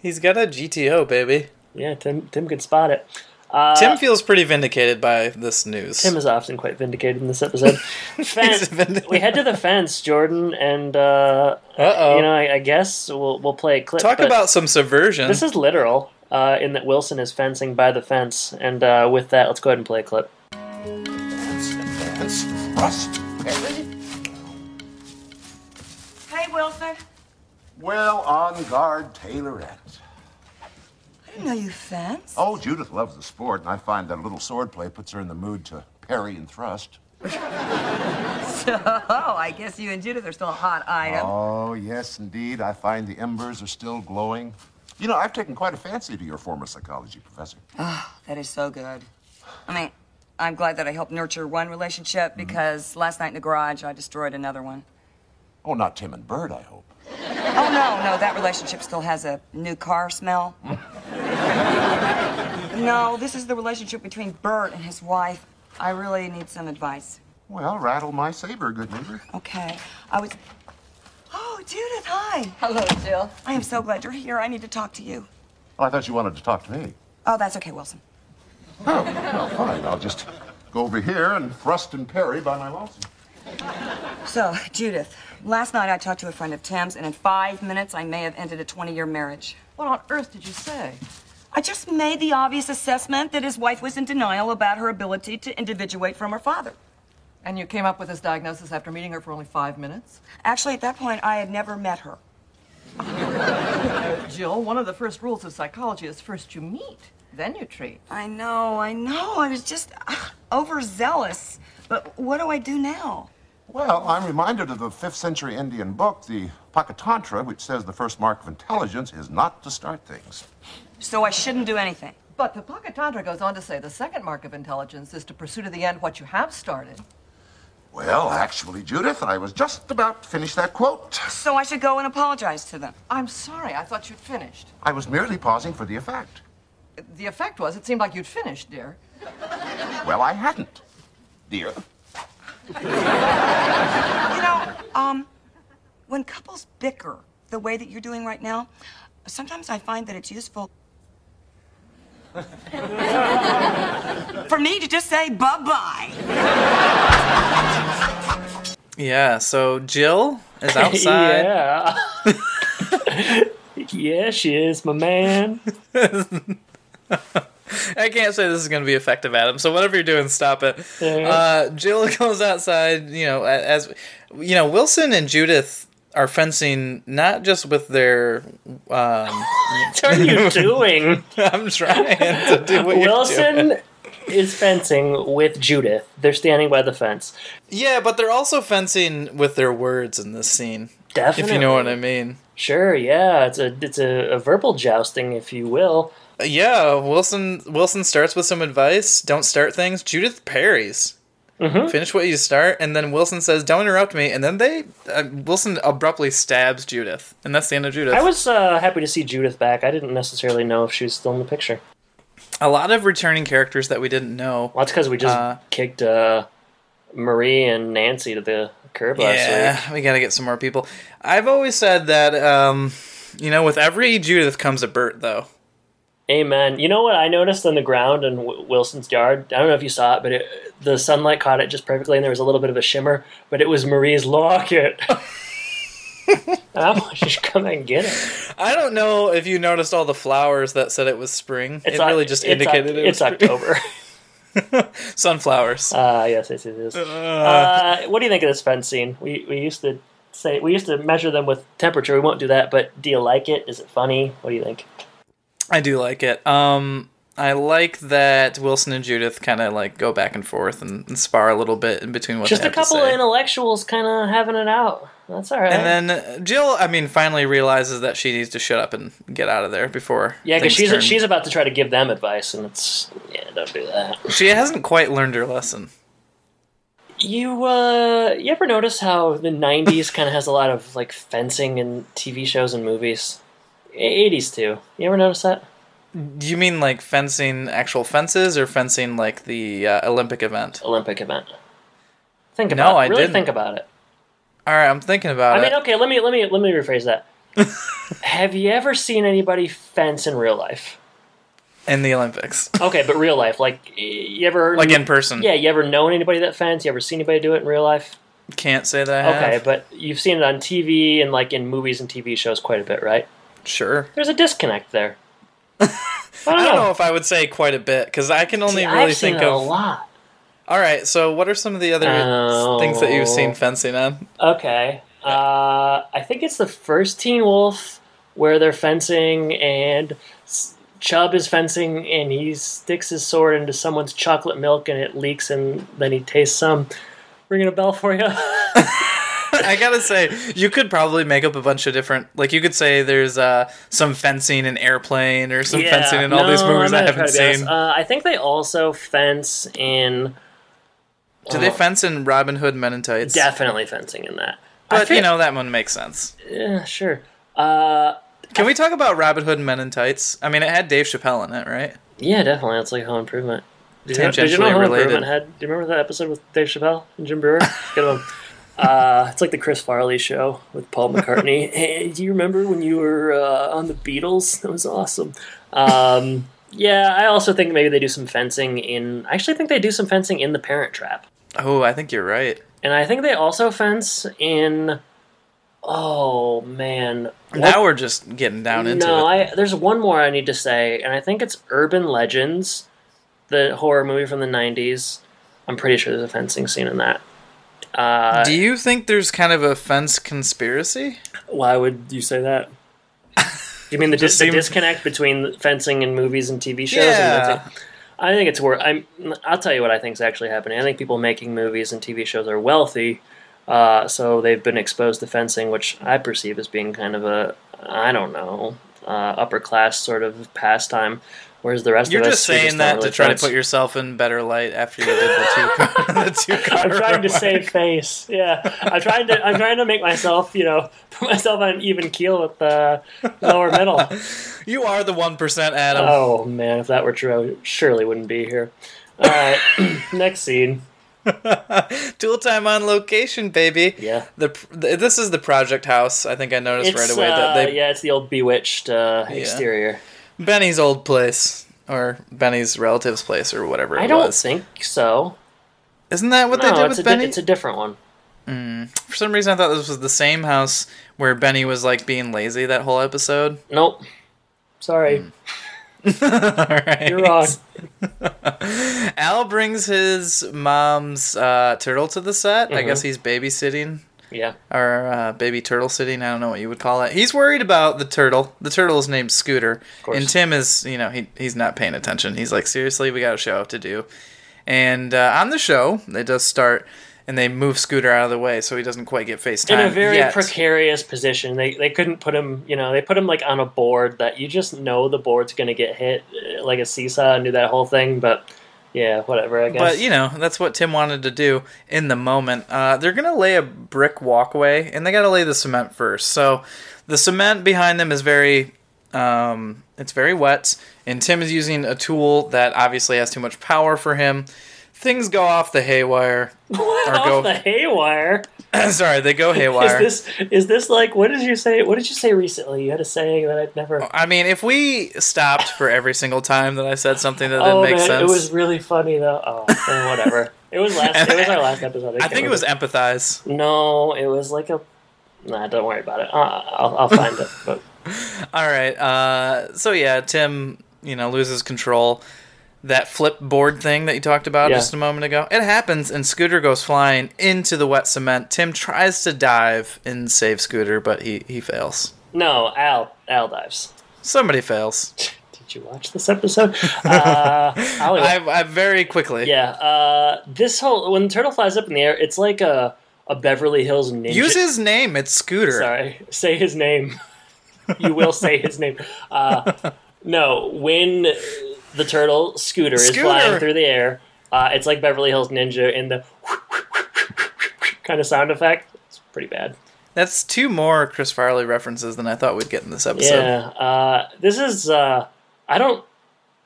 S3: He's got a GTO, baby.
S4: Yeah, Tim. Tim could spot it. Uh,
S3: Tim feels pretty vindicated by this news.
S4: Tim is often quite vindicated in this episode. Fence-
S3: vindicated.
S4: we head to the fence, Jordan, and uh,
S3: Uh-oh.
S4: you know, I, I guess we'll we'll play a clip.
S3: Oh. Talk
S4: but
S3: about some subversion.
S4: this is literal uh, in that Wilson is fencing by the fence, and uh, with that, let's go ahead and play a clip.
S5: Hey, Wilson.
S6: Well on guard Taylorette.
S5: I didn't know you fence.
S6: Oh, Judith loves the sport, and I find that a little swordplay puts her in the mood to parry and thrust.
S5: Oh, I guess you and Judith are still a hot item.
S6: Oh, yes, indeed. I find the embers are still glowing. You know, I've taken quite a fancy to your former psychology professor.
S5: That is so good. I mean, I'm glad that I helped nurture one relationship because last night in the garage I destroyed another one.
S6: Oh, not Tim and Bird, I hope.
S5: Oh no, no, that relationship still has a new car smell. no, this is the relationship between Bert and his wife. I really need some advice.
S6: Well, rattle my saber, good neighbor.
S5: Okay. I was Oh, Judith, hi. Hello, Jill. I am so glad you're here. I need to talk to you.
S6: Well, Oh, I thought you wanted to talk to me.
S5: Oh, that's okay, Wilson.
S6: Oh, well, fine. I'll just go over here and thrust and parry by my lonesome.
S5: So, Judith, last night I talked to a friend of Tim's, and in five minutes I may have ended a 20 year marriage.
S7: What on earth did you say?
S5: I just made the obvious assessment that his wife was in denial about her ability to individuate from her father.
S7: And you came up with this diagnosis after meeting her for only five minutes?
S5: Actually, at that point, I had never met her.
S7: Jill, one of the first rules of psychology is first you meet, then you treat.
S5: I know, I know. I was just ah, overzealous. But what do I do now?
S6: Well, I'm reminded of the 5th century Indian book, the Pakatantra, which says the first mark of intelligence is not to start things.
S5: So I shouldn't do anything.
S7: But the Pakatantra goes on to say the second mark of intelligence is to pursue to the end what you have started.
S6: Well, actually, Judith, I was just about to finish that quote.
S5: So I should go and apologize to them.
S7: I'm sorry, I thought you'd finished.
S6: I was merely pausing for the effect.
S7: The effect was it seemed like you'd finished, dear.
S6: Well, I hadn't, dear.
S5: You know, um, when couples bicker the way that you're doing right now, sometimes I find that it's useful for me to just say bye bye.
S3: yeah, so Jill is outside.
S4: yeah. yeah, she is, my man.
S3: I can't say this is going to be effective, Adam. So whatever you're doing, stop it.
S4: Yeah.
S3: Uh, Jill goes outside. You know, a- as you know, Wilson and Judith are fencing not just with their. Um,
S4: What are you doing?
S3: I'm trying to do what you're doing.
S4: Wilson is fencing with Judith. They're standing by the fence.
S3: Yeah, but they're also fencing with their words in this scene.
S4: Definitely.
S3: If you know what I mean.
S4: Sure, yeah, it's a it's a, a verbal jousting, if you will.
S3: Yeah, Wilson. Wilson starts with some advice. Don't start things. Judith parries.
S4: Mm-hmm.
S3: Finish what you start, and then Wilson says, "Don't interrupt me." And then they uh, Wilson abruptly stabs Judith, and that's the end of Judith.
S4: I was uh, happy to see Judith back. I didn't necessarily know if she was still in the picture.
S3: a lot of returning characters that we didn't know.
S4: Well, that's because we just
S3: Uh,
S4: kicked uh, Marie and Nancy to the curb last week.
S3: Yeah, we got to get some more people. I've always said that, um, you know, with every Judith comes a Bert, though.
S4: Amen. You know what I noticed on the ground in w- Wilson's yard? I don't know if you saw it, but it, the sunlight caught it just perfectly, and there was a little bit of a shimmer. But it was Marie's locket. I'm like, just come and get it.
S3: I don't know if you noticed all the flowers that said it was spring.
S4: It's
S3: it really
S4: Oc-
S3: just
S4: it's Oc-
S3: indicated it was
S4: it's October.
S3: spring. sunflowers. Uh.
S4: Uh, Ah, yes, yes, it is. Uh, what do you think of this fence scene? We we used to say we used to measure them with temperature. We won't do that, but do you like it? Is it funny? What do you think?
S3: I do like it. Um, I like that Wilson and Judith kind of like go back and forth and, and spar a little bit in between what
S4: Just
S3: they have
S4: a
S3: to
S4: couple
S3: say.
S4: of intellectuals kind of having it out. That's all right.
S3: And then uh, Jill, I mean, finally realizes that she needs to shut up and get out of there before.
S4: yeah, because
S3: things
S4: she's
S3: turn-
S4: she's about to try to give them advice, and it's yeah, don't do that.
S3: she hasn't quite learned her lesson.
S4: You uh, you ever notice how the '90s kind of has a lot of like fencing in TV shows and movies? '80s too. You ever notice that?
S3: Do you mean like fencing actual fences or fencing like the uh, Olympic event?
S4: Olympic event. Think
S3: No,
S4: about
S3: I
S4: it. Really
S3: didn't.
S4: think about it.
S3: All right, I'm thinking about
S4: I
S3: it.
S4: mean, okay, let me let me let me rephrase that. Have you ever seen anybody fence in real life?
S3: In the Olympics,
S4: Okay, but real life, like y- you ever
S3: like in person.
S4: yeah, you ever known anybody that fence? You ever seen anybody do it in real life?
S3: Can't say that. I
S4: Okay,
S3: have.
S4: but you've seen it on TV and like in movies and TV shows quite a bit, right?
S3: sure.
S4: There's a disconnect there. I
S3: I
S4: don't
S3: don't
S4: know.
S3: know if I would say quite a bit because I can only
S4: See,
S3: really
S4: I've seen
S3: think
S4: it a
S3: of.
S4: lot.
S3: All right, so what are some of the other
S4: Oh.
S3: things that you've seen fencing on?
S4: Okay. Uh, I think it's the first Teen Wolf where they're fencing and S- Chubb is fencing and he sticks his sword into someone's chocolate milk and it leaks and then he tastes some. Ringing a bell for you?
S3: I gotta say, you could probably make up a bunch of different. Like, you could say there's uh, some fencing in airplane or some fencing in all these
S4: No,
S3: movies I
S4: I'm gonna try
S3: haven't
S4: to be honest.
S3: seen.
S4: Uh, I think they also fence in
S3: Do
S4: Uh-huh.
S3: they fence in Robin Hood Men in Tights?
S4: definitely fencing in that. I
S3: But,
S4: feel-
S3: you know, that one makes sense.
S4: yeah, sure. Uh,
S3: Can we talk about Robin Hood Men in Tights? I mean, it had Dave Chappelle in it, right?
S4: yeah, definitely. It's like Home Improvement. Did you, know, did you know
S3: Tangentially
S4: Home
S3: related.
S4: Improvement had? Do you remember that episode with Dave Chappelle and Jim Brewer? Good one. Uh, it's like the Chris Farley show with Paul McCartney. hey, do you remember when you were uh, on the Beatles? That was awesome. Um, yeah, I also think maybe they do some fencing in. I actually think they do some fencing in The Parent Trap,
S3: Oh, I think you're right.
S4: and I think they also fence in. Oh man,
S3: Now we're just getting down into
S4: no,
S3: it.
S4: I there's one more I need to say, and I think it's Urban Legends, the horror movie from the '90s. I'm pretty sure there's a fencing scene in that. Uh,
S3: Do you think there's kind of a fence conspiracy?
S4: why would you say that? You mean the, dis- the
S3: seems-
S4: disconnect between fencing and movies and TV shows? And
S3: Yeah.
S4: fencing? I think it's worth. I'm. I'll tell you what I think is actually happening. I think people making movies and TV shows are wealthy, uh, so they've been exposed to fencing, which I perceive as being kind of a, I don't know, uh, upper class sort of pastime. Whereas the rest
S3: You're
S4: of us,
S3: just
S4: we
S3: saying
S4: don't
S3: that
S4: really
S3: to try
S4: fence.
S3: to put yourself in better light after you did the two. the two
S4: I'm trying to save face. Yeah, I'm trying to. I'm trying to make myself, you know, put myself on an even keel with the lower middle.
S3: You are the one percent, Adam.
S4: Oh man, if that were true, I surely wouldn't be here. All right, next scene.
S3: Tool time on location, baby.
S4: Yeah.
S3: The, the this is the project house. I think I noticed
S4: It's
S3: right away
S4: uh,
S3: that they
S4: yeah, it's the old bewitched uh, exterior.
S3: Benny's old place or Benny's relative's place or whatever it
S4: I don't
S3: was.
S4: think so.
S3: Isn't that what
S4: No,
S3: they did with
S4: it's a di-
S3: Benny?
S4: it's a different one.
S3: For some reason, I thought this was the same house where Benny was like being lazy that whole episode.
S4: Nope. Sorry,
S3: Hmm. All right.
S4: you're wrong.
S3: Al brings his mom's uh, turtle to the set. I
S4: Mm-hmm.
S3: guess he's babysitting
S4: yeah.
S3: or uh, baby turtle sitting. I don't know what you would call it. He's worried about the turtle. The turtle is named Scooter,
S4: course.
S3: and Tim is you know he he's not paying attention. He's like, seriously, we got a show to do, and uh, on the show it does start, and they move Scooter out of the way so he doesn't quite get face
S4: In
S3: time.
S4: a very
S3: yet.
S4: precarious position. They they couldn't put him. You know, they put him like on a board that you just know the board's gonna get hit uh, like a seesaw and do that whole thing. But yeah, whatever. I guess.
S3: But you know that's what Tim wanted to do in the moment. Uh, they're gonna lay a brick walkway, and they gotta lay the cement first. So the cement behind them is very, um, it's very wet, and Tim is using a tool that obviously has too much power for him. Things go off the haywire, or
S4: off
S3: go
S4: the haywire.
S3: sorry, they go haywire.
S4: Is this is this like what did you say? What did you say recently? You had a saying that I'd never.
S3: I mean, if we stopped for every single time that I said something that didn't
S4: oh
S3: make
S4: man,
S3: sense,
S4: it was really funny though. Oh, well, whatever. It was last. It was our last episode.
S3: I
S4: can't
S3: think it was
S4: remember.
S3: empathize.
S4: No, it was like a. Nah, don't worry about it. Uh, I'll, I'll find it. But
S3: All right. Uh, so yeah, Tim, you know, loses control. that flip board thing that you talked about
S4: Yeah.
S3: just a moment ago. It happens, and Scooter goes flying into the wet cement. Tim tries to dive and save Scooter, but he, he fails.
S4: No, Al Al dives.
S3: Somebody fails.
S4: Did you watch this episode? Uh, Hollywood.
S3: I, I very quickly.
S4: yeah. Uh, this whole when the turtle flies up in the air, it's like a a Beverly Hills ninja.
S3: Use his name. It's Scooter.
S4: Sorry, say his name. you will say his name. Uh, no, when the turtle scooter, is
S3: Scooter!
S4: flying through the air, uh, it's like Beverly Hills Ninja in the kind of sound effect. It's pretty bad.
S3: That's two more Chris Farley references than I thought we'd get in this episode.
S4: Yeah, uh, this is. Uh, I don't.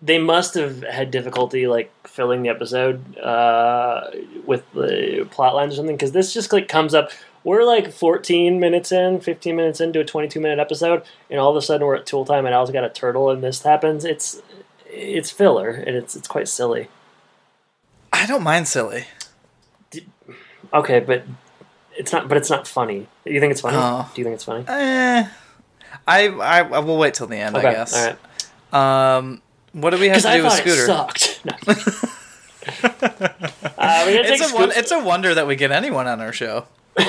S4: They must have had difficulty like filling the episode uh, with the plot lines or something because this just like comes up. We're like 14 minutes in, 15 minutes into a 22 minute episode, and all of a sudden we're at tool time, and Al's got a turtle, and this happens. It's it's filler, and it's it's quite silly.
S3: I don't mind silly.
S4: Okay, but it's not. But it's not funny. You think it's funny?
S3: Oh.
S4: Do you think it's funny?
S3: Eh, I, I I will wait till the end, I guess.
S4: all right.
S3: Um, what do we have
S4: Because
S3: to
S4: I
S3: do with
S4: thought it
S3: Scooter?
S4: sucked. No. uh, we gotta take
S3: It's a,
S4: Scoot-
S3: won- it's a wonder that we get anyone on our show.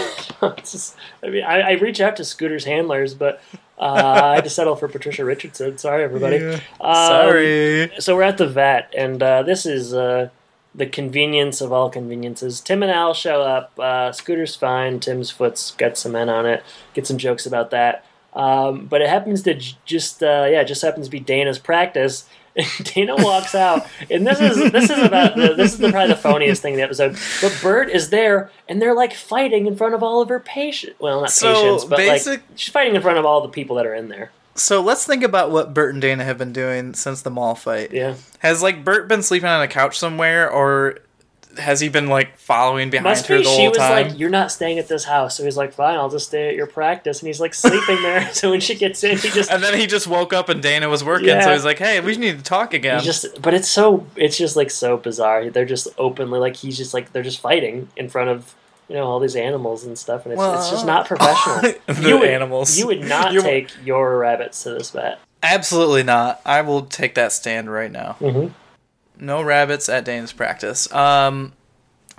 S4: It's just- I mean, I, I reach out to Scooter's handlers, but uh, I had to settle for Patricia Richardson. Sorry, everybody. Um,
S3: Sorry.
S4: So we're at the vet, and uh, this is uh, the convenience of all conveniences. Tim and Al show up. Uh, Scooter's fine. Tim's foot's got cement on it. Get some jokes about that. Um, but it happens to j- just uh, yeah, it just happens to be Dana's practice. And Dana walks out, and this is this is about the, this is the, probably the phoniest thing in the episode. But Bert is there, and they're like fighting in front of all of her patients. Well, not
S3: So,
S4: patients, but
S3: basic-
S4: like she's fighting in front of all the people that are in there.
S3: So let's think about what Bert and Dana have been doing since the mall fight.
S4: Yeah.
S3: Has like Bert been sleeping on a couch somewhere, or has he been like following behind
S4: Must
S3: her
S4: be
S3: the
S4: she
S3: whole
S4: was
S3: time?
S4: like, "You're not staying at this house," so he's like, "Fine, I'll just stay at your practice." And he's like sleeping there. so when she gets in, he just,
S3: and then he just woke up and Dana was working, so
S4: Yeah.
S3: he's like, "Hey, we need to talk again."
S4: he just. But it's so, it's just like so bizarre. They're just openly like he's just like they're just fighting in front of you know all these animals and stuff, and it's, it's just not professional.
S3: The
S4: you would,
S3: animals.
S4: You would not
S3: You-
S4: take your rabbits to this vet.
S3: Absolutely not. I will take that stand right now.
S4: Mhm.
S3: No rabbits at Dana's practice. Um,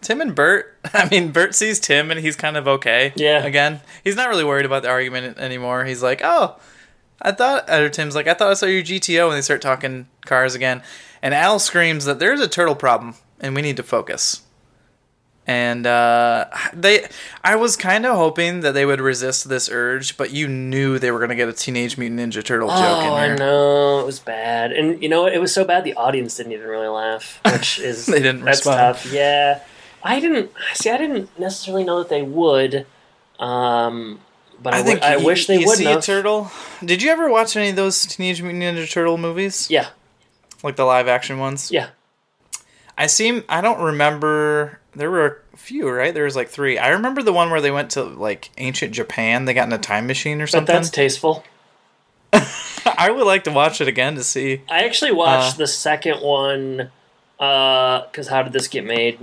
S3: Tim and Bert. I mean, Bert sees Tim and he's kind of okay.
S4: Yeah.
S3: Again, he's not really worried about the argument anymore. He's like, "Oh, I thought." Or Tim's like, "I thought I saw your GTO," and they start talking cars again. And Al screams that there's a turtle problem and we need to focus. And uh, they, I was kind of hoping that they would resist this urge, but you knew they were going to get a Teenage Mutant Ninja Turtle joke in
S4: oh,
S3: there.
S4: I know it was bad, and you know what? it was so bad the audience didn't even really laugh, which is
S3: They didn't
S4: that's
S3: respond.
S4: Tough. Yeah, I didn't see. I didn't necessarily know that they would, um, but I,
S3: I think
S4: w- I
S3: you-
S4: wish they
S3: you
S4: would.
S3: see
S4: have.
S3: a turtle. Did you ever watch any of those Teenage Mutant Ninja Turtle movies?
S4: Yeah,
S3: Like the live action ones?
S4: yeah.
S3: I seem I don't remember there were a few, right? There was like three. I remember the one where they went to like ancient Japan, they got in a time machine or
S4: But
S3: something.
S4: that's tasteful.
S3: I would like to watch it again to see.
S4: I actually watched
S3: Uh.
S4: the second one because how did this get made?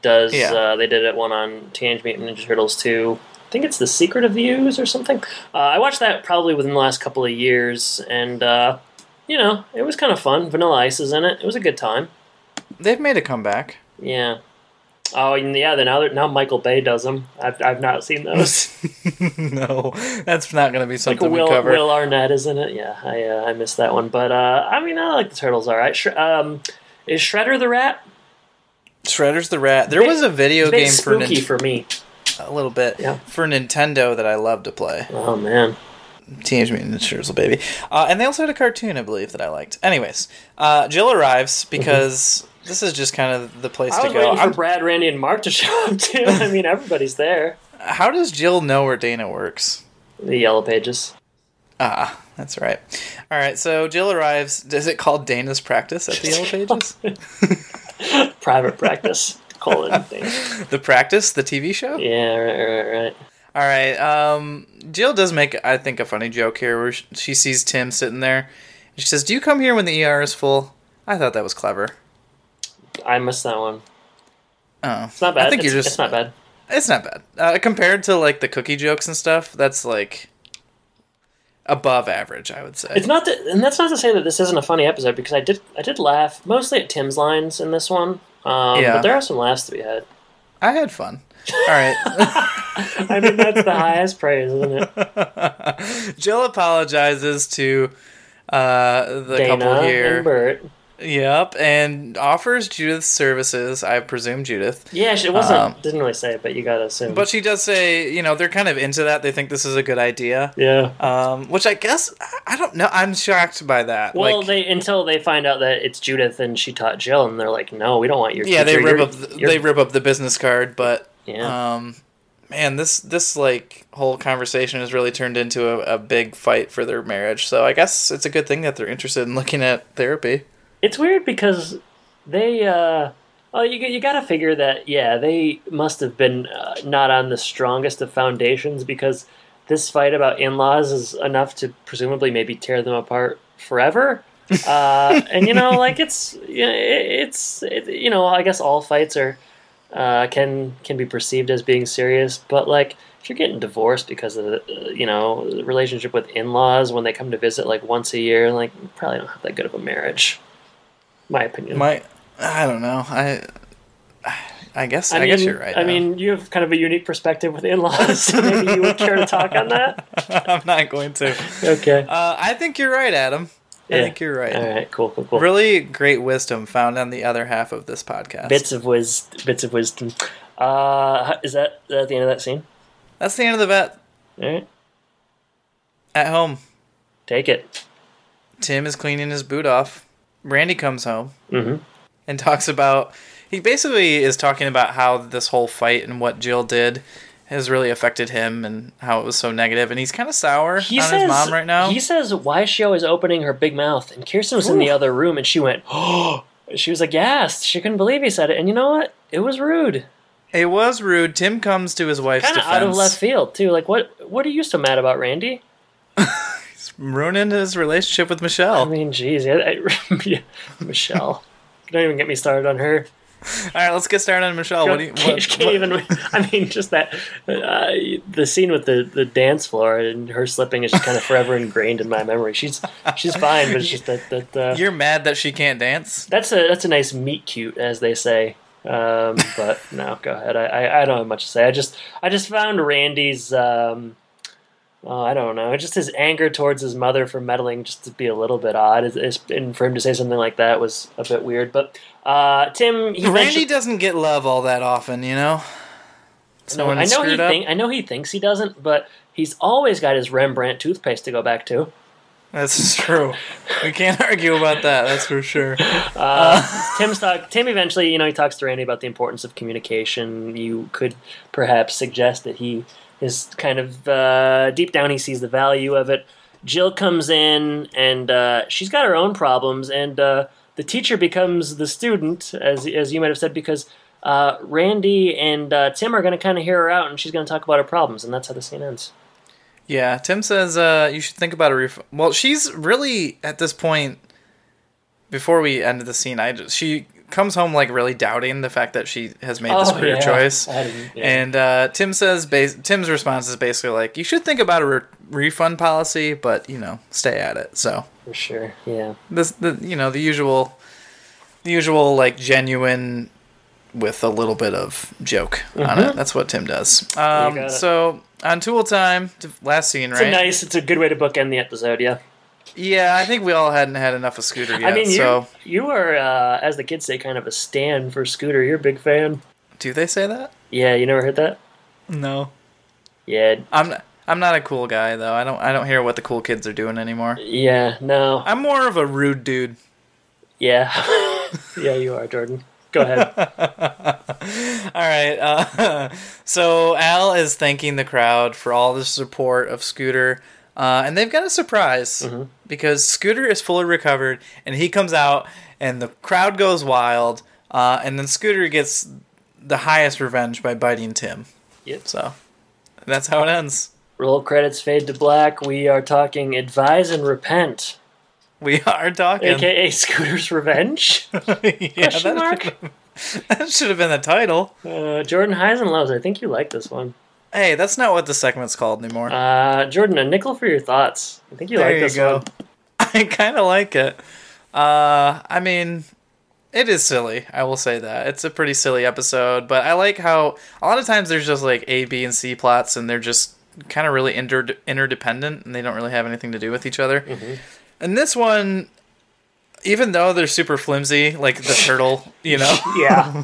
S4: Does
S3: Yeah.
S4: uh, they did it one on Teenage Mutant Ninja Turtles two? I think it's the Secret of the Ooze or something. Uh, I watched that probably within the last couple of years, and uh, you know it was kind of fun. Vanilla Ice is in it. It was a good time.
S3: They've made a comeback.
S4: Yeah. Oh and yeah. Then now they're- now Michael Bay does them. I've I've not seen those.
S3: no, that's not going to be something
S4: Will,
S3: we cover.
S4: Will Arnett is in it. Yeah, I uh, I missed that one, but uh, I mean I like the turtles. All right. Sh- um, is Shredder the rat?
S3: Shredder's the Rat. There
S4: Bit-
S3: was a video
S4: bit
S3: game for,
S4: spooky
S3: Nin-
S4: for me.
S3: a little bit
S4: Yeah.
S3: for Nintendo that I love to play.
S4: Oh man,
S3: Teenage Mutant Ninja Turtles, baby. Uh, and they also had a cartoon, I believe, that I liked. Anyways, uh, Jill arrives because this is just kind of the place
S4: Mm-hmm. I
S3: to
S4: was
S3: go.
S4: waiting for
S3: I'm-
S4: Brad, Randy, and Mark to show up too. I mean, everybody's there.
S3: how does Jill know where Dana works?
S4: The yellow pages.
S3: Ah, that's right. All right, so Jill arrives. Does it call Dana's practice at the Yellow Pages?
S4: Private practice. Call it. Thing.
S3: the practice, the TV show.
S4: Yeah, right, right, right.
S3: All right. Um, Jill does make, I think, a funny joke here where sh- she sees Tim sitting there. She says, "Do you come here when the ER is full?" I thought that was clever.
S4: I missed that one.
S3: Oh,
S4: It's not bad.
S3: I think
S4: it's,
S3: you're just
S4: it's not bad.
S3: It's not bad uh, compared to like the cookie jokes and stuff. That's like above average, I would say.
S4: It's not that, and that's not to say that this isn't a funny episode because I did I did laugh mostly at Tim's lines in this one. Um,
S3: Yeah.
S4: But there are some laughs to be had.
S3: I had fun. All right.
S4: I mean, that's the highest praise, isn't it?
S3: Jill apologizes to uh, the couple
S4: Dana
S3: here.
S4: and Bert.
S3: Yep, and offers Judith's services. I presume Judith.
S4: Yeah, she- it wasn't.
S3: Um,
S4: didn't really say it, but you gotta assume.
S3: But she does say, you know, they're kind of into that. They think this is a good idea.
S4: yeah.
S3: Um, which I guess I- I don't know. I'm shocked by that.
S4: Well,
S3: like,
S4: they until they find out that it's Judith and she taught Jill, and they're like, "No, we don't want your
S3: yeah, they
S4: teacher.
S3: rip
S4: You're-
S3: up the,
S4: you're-
S3: they rip up the business card, but
S4: Yeah.
S3: um, man, this this like whole conversation has really turned into a, a big fight for their marriage. So I guess it's a good thing that they're interested in looking at therapy.
S4: It's weird because they. uh Oh, you you gotta figure that. Yeah, they must have been uh, not on the strongest of foundations because this fight about in-laws is enough to presumably maybe tear them apart forever. uh, and you know, like it's yeah, it- it's it, you know, I guess all fights are uh, can can be perceived as being serious, but like if you're getting divorced because of uh, you know the relationship with in-laws when they come to visit like once a year, like you probably don't have that good of a marriage. My opinion.
S3: My, I don't know. I, I guess I,
S4: mean,
S3: guess you're right.
S4: I
S3: now.
S4: mean, you have kind of a unique perspective with in-laws. so Maybe you would care to talk on that.
S3: I'm not going to.
S4: Okay.
S3: Uh, I think you're right, Adam. I
S4: Yeah.
S3: think you're right.
S4: All right. Cool. Cool. Cool.
S3: Really great wisdom found on the other half of this podcast.
S4: Bits of wis- bits of wisdom. Uh, is that, is that the end of that scene?
S3: That's the end of the vet
S4: All right.
S3: at home.
S4: Take it.
S3: Tim is cleaning his boot off. Randy comes home
S4: Mhm.
S3: and talks about. He basically is talking about how this whole fight and what Jill did has really affected him and how it was so negative. And he's kind of sour
S4: He
S3: on
S4: says,
S3: his mom right now.
S4: He says, "Why is she always opening her big mouth?" And Kirsten was in the other room, and she went, "Oh!" She was aghast. She couldn't believe he said it. And you know what? It was rude.
S3: It was rude. Tim comes to his wife's
S4: Kind of
S3: defense,
S4: out of left field too. Like, what? What are you so mad about, Randy?
S3: ruining his relationship with Michelle.
S4: I mean, geez, I, I, yeah, Michelle. Don't even get me started on her.
S3: All right, let's get started on Michelle. What do you?
S4: can't,
S3: What,
S4: can't even. I mean, just that uh, the scene with the, the dance floor and her slipping is just kind of forever ingrained in my memory. She's she's fine, but it's just that that uh,
S3: You're mad that she can't dance?
S4: that's a that's a nice meet cute, as they say. Um, but no, go ahead. I, I, I don't have much to say. I just I just found Randy's um, oh, I don't know, just his anger towards his mother for meddling just to be a little bit odd. Is, is, and for him to say something like that was a bit weird. But uh, Tim, he
S3: Randy
S4: mentioned-
S3: doesn't get love all that often, you know. Someone
S4: I know he
S3: screwed up.
S4: think, I know he thinks he doesn't, but he's always got his Rembrandt toothpaste to go back to.
S3: That's true. we can't argue about that. That's for sure.
S4: Tim's talk, Tim eventually, you know, he talks to Randy about the importance of communication. You could perhaps suggest that he is kind of uh, deep down, he sees the value of it. Jill comes in and uh, she's got her own problems, and uh, the teacher becomes the student, as as you might have said, because uh, Randy and uh, Tim are going to kind of hear her out, and she's going to talk about her problems, and that's how the scene ends.
S3: Yeah, Tim says uh, you should think about a ref. Well, she's really at this point. Before we ended the scene, I just, she comes home like really doubting the fact that she has made this
S4: Oh,
S3: career
S4: yeah.
S3: choice.
S4: I didn't- yeah.
S3: And uh, Tim says, bas- Tim's response is basically like, "You should think about a re- refund policy, but you know, stay at it." So
S4: For sure, yeah.
S3: this the you know the usual the usual like genuine with a little bit of joke on it that's what tim does
S4: Mm-hmm. got
S3: um,
S4: it.
S3: so on tool time t- last scene
S4: It's
S3: right
S4: a nice. It's a good way to bookend the episode. Yeah.
S3: yeah i think we all hadn't had enough of scooter yet
S4: I mean, you
S3: so
S4: you are, uh, as the kids say, kind of a stan for Scooter. You're a big fan.
S3: do they say that
S4: Yeah, you never heard that.
S3: no
S4: Yeah,
S3: i'm i'm not a cool guy though i don't i don't hear what the cool kids are doing anymore
S4: yeah, no,
S3: i'm more of a rude dude
S4: yeah, yeah. You are Jordan. Go ahead.
S3: All right. Uh, so Al is thanking the crowd for all the support of Scooter, uh, and they've got a surprise because Scooter is fully recovered, and he comes out, and the crowd goes wild, uh, and then Scooter gets the highest revenge by biting Tim.
S4: Yep.
S3: So that's how it ends.
S4: Roll credits fade to black. We are talking advise and repent,
S3: We are talking.
S4: aka Scooter's revenge.
S3: yeah,
S4: Question
S3: that,
S4: mark.
S3: that should have been the title.
S4: Uh, Jordan Heisen loves. it. I think you like this one.
S3: Hey, that's not what the segment's called anymore.
S4: Uh, Jordan, a nickel for your thoughts. I think you
S3: there
S4: like
S3: you
S4: this
S3: go.
S4: one.
S3: I kind of like it. Uh, I mean, it is silly. I will say that it's a pretty silly episode, but I like how a lot of times there's just like A, B, and C plots, and they're just kind of really inter- interdependent, and they don't really have anything to do with each other.
S4: Mm-hmm.
S3: And this one, even though they're super flimsy, like the turtle, you know.
S4: Yeah,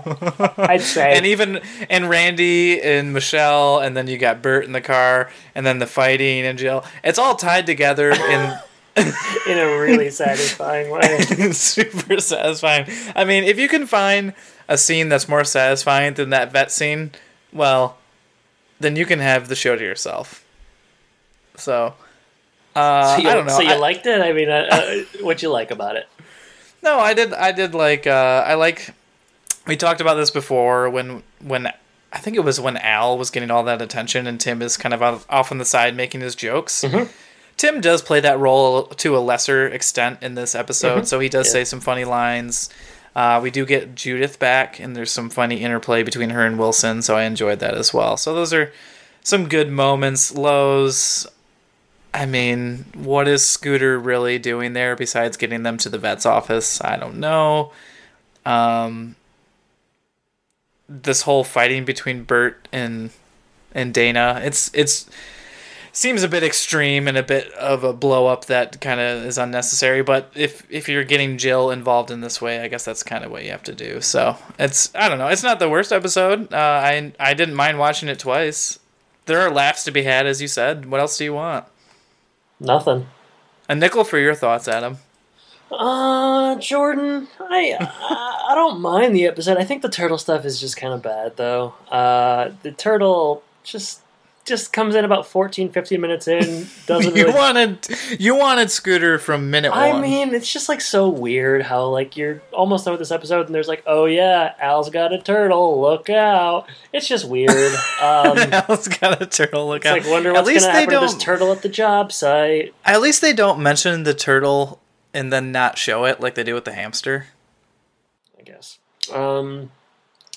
S4: I'd say.
S3: and even and Randy and Michelle, and then you got Bert in the car, and then the fighting and Jill. It's all tied together in
S4: in a really satisfying way.
S3: It's super satisfying. I mean, if you can find a scene that's more satisfying than that vet scene, well, then you can have the show to yourself. So, uh,
S4: so you,
S3: I don't know.
S4: So you
S3: I-
S4: liked it? I mean, uh, uh, what you like about it?
S3: No, I did. I did like. Uh, I like. We talked about this before when when I think it was when Al was getting all that attention and Tim is kind of off, off on the side making his jokes. Tim does play that role to a lesser extent in this episode, so he does say some funny lines. Uh, we do get Judith back, and there's some funny interplay between her and Wilson, so I enjoyed that as well. So those are some good moments, lows. I mean, what is Scooter really doing there besides getting them to the vet's office? I don't know. Um, this whole fighting between Bert and and Dana, it's it's seems a bit extreme and a bit of a blow up that kind of is unnecessary. But if if you're getting Jill involved in this way, I guess that's kind of what you have to do. So it's I don't know. It's not the worst episode. Uh, I I didn't mind watching it twice. There are laughs to be had, as you said. What else do you want?
S4: Nothing.
S3: A nickel for your thoughts, Adam.
S4: Uh, Jordan, I I I don't mind the episode. I think the turtle stuff is just kind of bad though. Uh, the turtle just just comes in about 14, 15 minutes in. Doesn't
S3: You
S4: really.
S3: wanted you wanted Scooter from minute
S4: I
S3: one.
S4: mean, it's just like so weird how like you're almost done with this episode and there's like, oh yeah, Al's got a turtle. Look out! It's just weird. Um,
S3: Al's got a turtle look
S4: it's
S3: out.
S4: like wonder what's
S3: at least
S4: gonna
S3: they
S4: happen to
S3: don't.
S4: this turtle at the job site.
S3: at least they don't mention the turtle and then not show it like they do with the hamster.
S4: I guess. Um,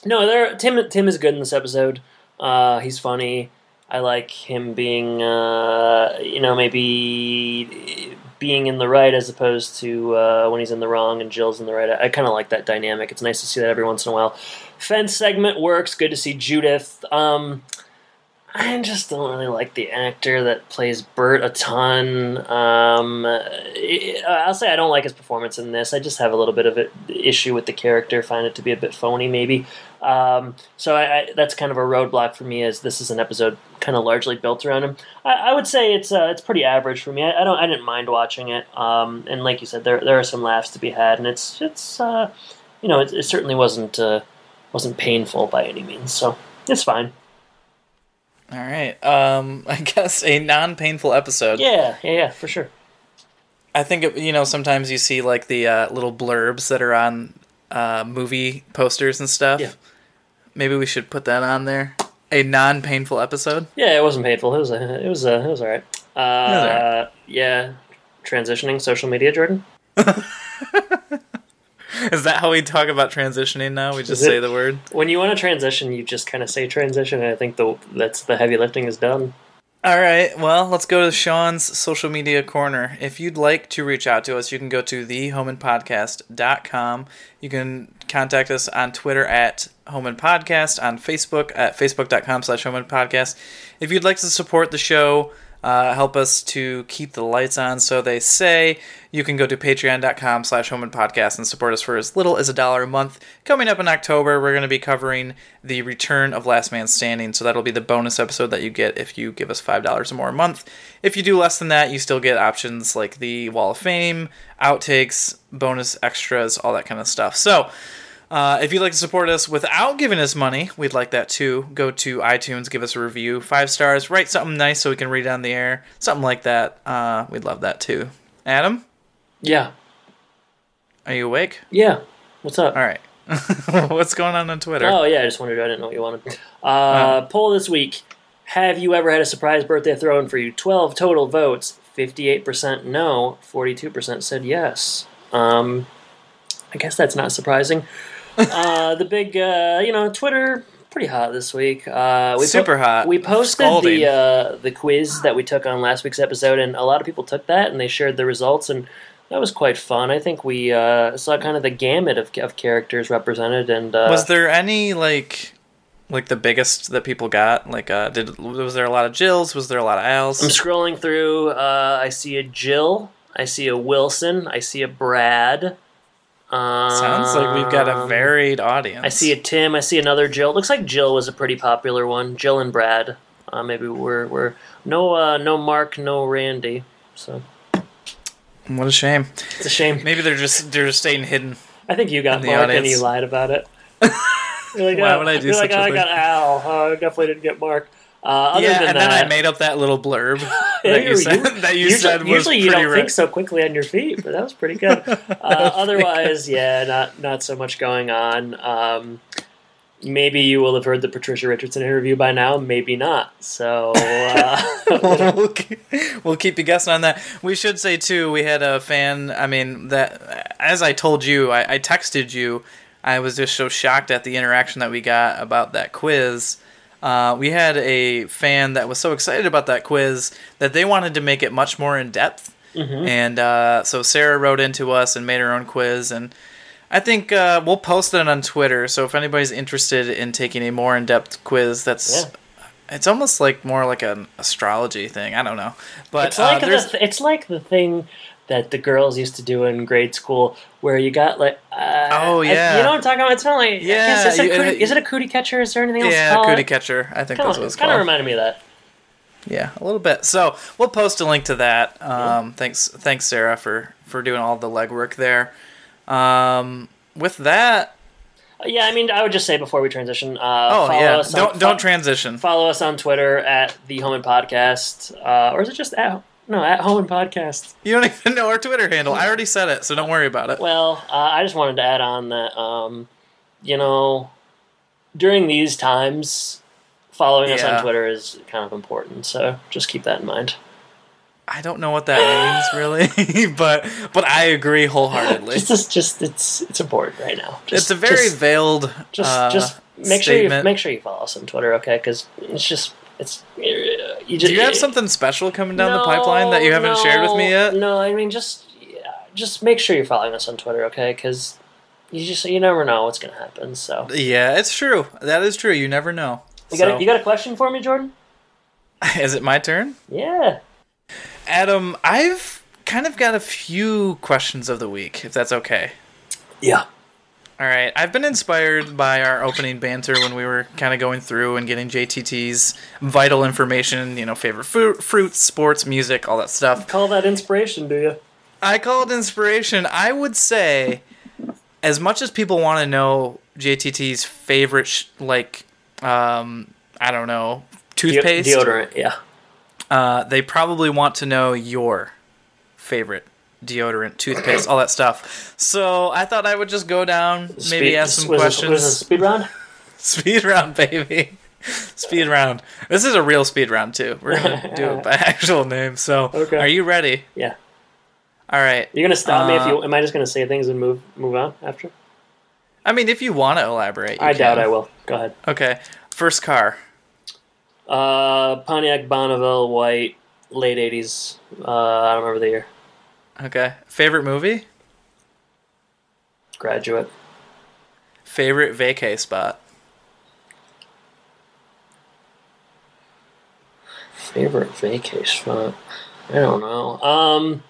S4: no, there. Tim Tim is good in this episode. Uh, he's funny. I like him being, uh, you know, maybe being in the right as opposed to uh, when he's in the wrong and Jill's in the right. I, kind of like that dynamic. It's nice to see that every once in a while. Fence segment works. Good to see Judith. Um, I just don't really like the actor that plays Bert a ton. Um, I- I'll say I don't like his performance in this. I just have a little bit of an issue with the character. Find it to be a bit phony, maybe. Um, so I, I, that's kind of a roadblock for me, as this is an episode kind of largely built around him. I, I would say it's uh, it's pretty average for me. I, I don't I didn't mind watching it. Um, and like you said, there there are some laughs to be had, and it's it's uh, you know it, it certainly wasn't uh, wasn't painful by any means. So it's fine.
S3: All right. Um, I guess a non-painful episode.
S4: Yeah, yeah, yeah, for sure.
S3: I think it, you know sometimes you see like the uh, little blurbs that are on uh, movie posters and stuff.
S4: Yeah.
S3: Maybe we should put that on there. A non-painful episode.
S4: Yeah, it wasn't painful. It was uh, it was uh, it was all right.
S3: was all
S4: Uh, yeah, transitioning social media, Jordan.
S3: Is that how we talk about transitioning now? We just
S4: it-
S3: say the word.
S4: When you want to transition, you just kind of say transition, and I think the that's the heavy lifting is done.
S3: All right. Well, let's go to Sean's social media corner. If you'd like to reach out to us, you can go to thehomeandpodcast.com. You can contact us on Twitter at Home and Podcast, on Facebook at facebook.com slash Home and Podcast. If you'd like to support the show, uh, help us to keep the lights on, so they say. You can go to patreon.com slash home and podcast and support us for as little as a dollar a month. Coming up in October, we're going to be covering the return of Last Man Standing, so that'll be the bonus episode that you get if you give us $5 or more a month. If you do less than that, you still get options like the Wall of Fame, outtakes, bonus extras, all that kind of stuff. So, uh, if you'd like to support us without giving us money, we'd like that too. Go to iTunes, give us a review, five stars, write something nice so we can read it on the air, something like that. Uh, we'd love that too. Adam,
S4: Yeah,
S3: are you awake?
S4: yeah. What's up?
S3: All right. What's going on on Twitter?
S4: Oh yeah, I just wondered. I didn't know what you wanted. Uh, Poll this week: Have you ever had a surprise birthday thrown for you? Twelve total votes. Fifty-eight percent no. Forty-two percent said yes. Um, I guess that's not surprising. uh, the big, uh, you know, Twitter pretty hot this week. Uh, we
S3: Super hot.
S4: We posted
S3: Scalding.
S4: the uh, the quiz that we took on last week's episode, and a lot of people took that and they shared the results, and that was quite fun. I think we uh, saw kind of the gamut of, of characters represented, and uh,
S3: was there any like like the biggest that people got? Like uh did was there a lot of Jills? Was there a lot of
S4: I'm
S3: Al's?
S4: scrolling through. Uh, I see a Jill. I see a Wilson. I see a Brad. Um,
S3: Sounds like we've got a varied audience.
S4: I see a Tim. I see another Jill. Looks like Jill was a pretty popular one. Jill and Brad. Uh, maybe we're we're no uh, no Mark, no Randy. So
S3: What a shame.
S4: it's a shame.
S3: Maybe they're just they're just staying hidden.
S4: I think you got
S3: the
S4: Mark and
S3: audience.
S4: you lied about it. You're like,
S3: Why
S4: oh,
S3: would I do
S4: you're like,
S3: such a
S4: oh,
S3: thing?
S4: I got Al. Oh, I definitely didn't get Mark. Uh, other
S3: yeah,
S4: than
S3: and
S4: that,
S3: then I made up that little blurb that you
S4: Ew,
S3: said that you
S4: usually,
S3: said was
S4: usually you
S3: pretty
S4: don't
S3: right.
S4: think so quickly on your feet, but that was pretty good. Uh, otherwise, yeah, not not so much going on. Um, maybe you will have heard the Patricia Richardson interview by now. Maybe not. So uh,
S3: we'll, keep, we'll keep you guessing on that. We should say too, we had a fan. I mean, that as I told you, I, I texted you. I was just so shocked at the interaction that we got about that quiz. Uh, we had a fan that was so excited about that quiz that they wanted to make it much more in depth. And uh, so Sarah wrote into us and made her own quiz and. I think uh, we'll post it on Twitter. So if anybody's interested in taking a more in-depth quiz, that's
S4: Yeah.
S3: it's almost like more like an astrology thing. I don't know, but
S4: it's like
S3: uh, there's
S4: the, it's like the thing that the girls used to do in grade school, where you got like uh,
S3: Oh,
S4: I-
S3: yeah.
S4: you know what I'm talking about. It's not like I
S3: Yeah,
S4: guess it's a
S3: you- uh,
S4: cootie- is it a cootie catcher? Is there anything else? to
S3: yeah,
S4: call
S3: cootie
S4: it?
S3: catcher. I think
S4: Kinda-
S3: that's what it's
S4: kinda
S3: called.
S4: reminded me of that.
S3: yeah, a little bit. So we'll post a link to that. Um, Thanks, thanks Sarah for for doing all the legwork there. Um, with that,
S4: Yeah, I mean, I would just say before we transition, uh,
S3: oh
S4: follow
S3: yeah,
S4: us on-
S3: don't don't
S4: fo-
S3: transition.
S4: follow us on Twitter at the Home and Podcast, uh, or is it just at no at Home and Podcast?
S3: You don't even know our Twitter handle. I already said it, so don't worry about it.
S4: Well, uh, I just wanted to add on that um, you know during these times, following us
S3: Yeah.
S4: on Twitter is kind of important. So just keep that in mind.
S3: I don't know what that means really, but but I agree wholeheartedly.
S4: It's just, just it's it's important right now.
S3: it's
S4: Just,
S3: a very
S4: just,
S3: veiled
S4: just,
S3: uh,
S4: just make sure you
S3: statement.
S4: make sure you follow us on Twitter, okay? Because it's just it's you just,
S3: Do you have something special coming down the pipeline that you haven't
S4: No,
S3: shared with me yet?
S4: No, I mean just yeah, just make sure you're following us on Twitter, okay? Because you just you never know what's gonna happen. So
S3: Yeah, it's true. That is true. You never know.
S4: you got
S3: So-
S4: a, you got a question for me, Jordan?
S3: is it my turn?
S4: Yeah.
S3: Adam, I've kind of got a few questions of the week, if that's okay.
S4: Yeah.
S3: All right. I've been inspired by our opening banter when we were kind of going through and getting JTT's vital information, you know, favorite fruit, fruits, sports, music, all that stuff.
S4: Call that inspiration, do you?
S3: I call it inspiration. I would say, as much as people want to know JTT's favorite, sh- like, um, I don't know,
S4: De-
S3: toothpaste,
S4: deodorant. Yeah.
S3: uh, they probably want to know your favorite deodorant, toothpaste, all that stuff. So I thought I would just go down, maybe
S4: Speed-
S3: ask some
S4: was this-
S3: questions.
S4: was this a speed round?
S3: Speed round, baby. Speed round. This is a real speed round too. We're gonna do it by actual name. So,
S4: Okay.
S3: are you ready?
S4: Yeah.
S3: All right.
S4: You're gonna stop me if
S3: Uh,
S4: you. Am I just gonna say things and move move on after?
S3: I mean, if you want to elaborate, you
S4: I doubt
S3: can.
S4: I will. Go ahead.
S3: Okay. First car.
S4: Uh, Pontiac Bonneville, white, late '80s. Uh, I don't remember the year.
S3: Okay. Favorite movie?
S4: Graduate.
S3: Favorite vacay spot?
S4: Favorite vacay spot? I don't know. Um,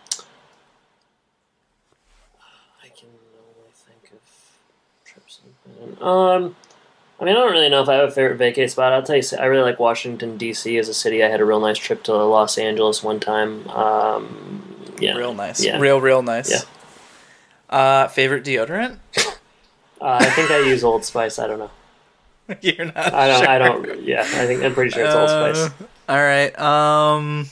S4: I can only think of trips. I've been on. Um, I mean, I don't really know if I have a favorite vacay spot. I'll tell you, I really like Washington D.C. as a city. I had a real nice trip to Los Angeles one time. Um, yeah,
S3: Real nice.
S4: Yeah.
S3: Real, real nice.
S4: Yeah.
S3: Uh, favorite deodorant?
S4: Uh, I think I use Old Spice. I don't know.
S3: You're not.
S4: I don't.
S3: sure.
S4: I don't. Yeah, I think I'm pretty sure it's Old
S3: Uh,
S4: Spice.
S3: all right. Um,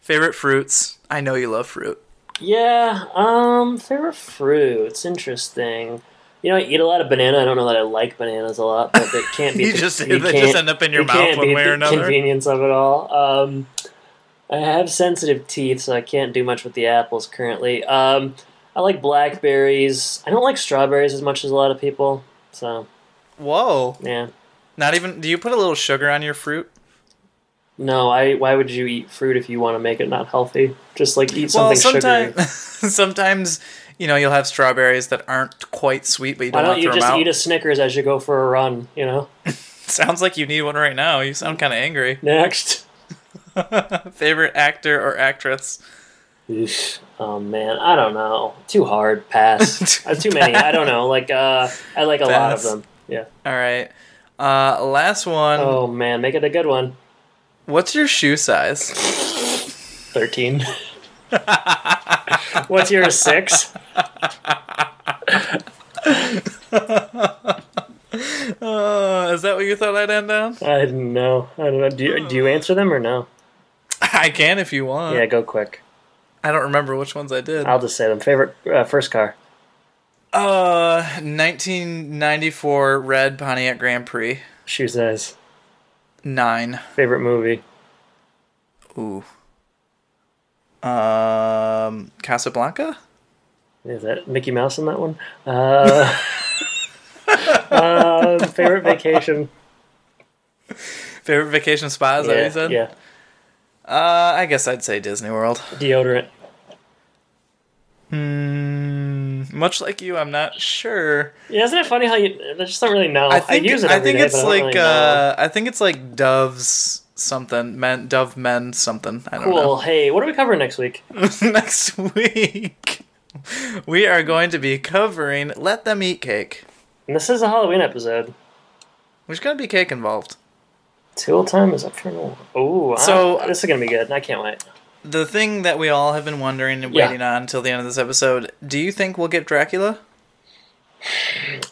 S3: favorite fruits? I know you love fruit.
S4: Yeah. Um, favorite fruits. Interesting. You know, I eat a lot of banana. I don't know that I like bananas a lot, but it can't be.
S3: You just- they just end up in your mouth one way or another.
S4: Convenience of it all. Um, I have sensitive teeth, so I can't do much with the apples currently. Um, I like blackberries. I don't like strawberries as much as a lot of people. So
S3: Whoa.
S4: yeah,
S3: Not even. Do you put a little sugar on your fruit?
S4: No, I. Why would you eat fruit if you want to make it not healthy? Just like eat something sugary.
S3: sometimes, sometimes you know you'll have strawberries that aren't quite sweet, but you
S4: Why
S3: don't want
S4: don't
S3: to
S4: you
S3: throw them
S4: just
S3: out.
S4: eat a Snickers as you go for a run? You know.
S3: Sounds like you need one right now. You sound kind of angry.
S4: Next.
S3: Favorite actor or actress?
S4: Oof. Oh man, I don't know. Too hard. Pass. I have too many. I don't know. Like uh, I like a lot of
S3: Pass.
S4: them. Yeah.
S3: All right. Uh, last one.
S4: Oh man, make it a good one.
S3: What's your shoe size?
S4: 13. What's your six?
S3: Uh, is that what you thought I'd end on?
S4: I don't know. I don't know. Do you, do you answer them or no?
S3: I can if you want.
S4: Yeah, go quick.
S3: I don't remember which ones I did.
S4: I'll just say them. Favorite uh, first car.
S3: Uh, 1994 Red Pontiac Grand Prix.
S4: Shoe size.
S3: Nine.
S4: Favorite movie.
S3: Ooh. Um, Casablanca?
S4: Is that Mickey Mouse in that one? Uh, uh, favorite vacation.
S3: Favorite vacation spot, is that what
S4: Yeah,
S3: you said?
S4: yeah.
S3: Uh, I guess I'd say Disney World.
S4: Deodorant.
S3: Hmm, Much like you, I'm not sure.
S4: Yeah, isn't it funny how you? I just don't really know. I,
S3: I think
S4: use it.
S3: I
S4: every
S3: think
S4: day,
S3: it's
S4: but I
S3: like
S4: don't really know.
S3: uh, I think it's like doves something men dove men something. I don't
S4: Cool. Hey, what are we covering next week?
S3: know. Next week we are going to be covering Let Them Eat Cake.
S4: And this is a Halloween episode.
S3: There's gonna be cake involved.
S4: Tool time is up for an Oh,
S3: So-
S4: so this is gonna be good. I can't wait.
S3: The thing that we all have been wondering and
S4: Yeah.
S3: waiting on until the end of this episode, do you think we'll get Dracula?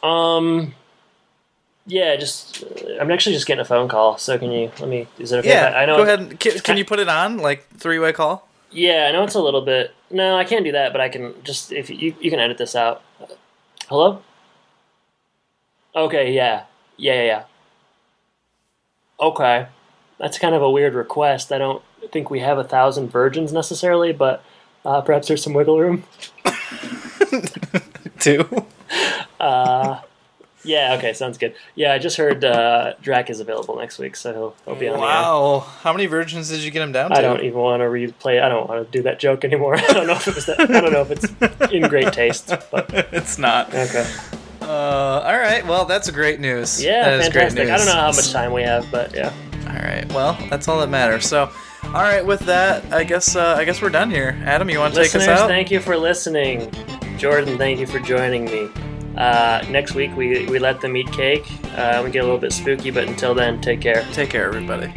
S4: Um, yeah, just I'm actually just getting a phone call. So can you let me? Is it okay? if I, I know.
S3: Go ahead. And, can, can
S4: ki-
S3: you put it on like three way call?
S4: Yeah, I know it's a little bit. No, I can't do that, but I can just if you you can edit this out. Hello. Okay. Yeah. Yeah. Yeah. yeah. Okay. That's kind of a weird request. I don't think we have a thousand virgins necessarily, but uh, perhaps there's some wiggle room.
S3: Two.
S4: Yeah, okay, sounds good. Yeah, I just heard uh, Drac is available next week, so he'll, he'll be on
S3: Wow. How many virgins did you get him down
S4: the
S3: to?
S4: air. I don't e- even want to replay. I don't want to do that joke anymore. I don't know if it was that. I don't know if it's in great taste. But
S3: it's not.
S4: okay,
S3: Uh, all right. Well, that's great news.
S4: yeah,
S3: that is
S4: fantastic.
S3: great news.
S4: I don't know how much time we have, but yeah,
S3: All right. Well, that's all that matters. So, all right. With that, I guess uh, I guess we're done here. Adam, you want to take us
S4: listeners,
S3: out?
S4: thank you for listening. Jordan, thank you for joining me. Uh, next week we, we let them eat cake. Uh, we get a little bit spooky, but until then, take care.
S3: take care, everybody.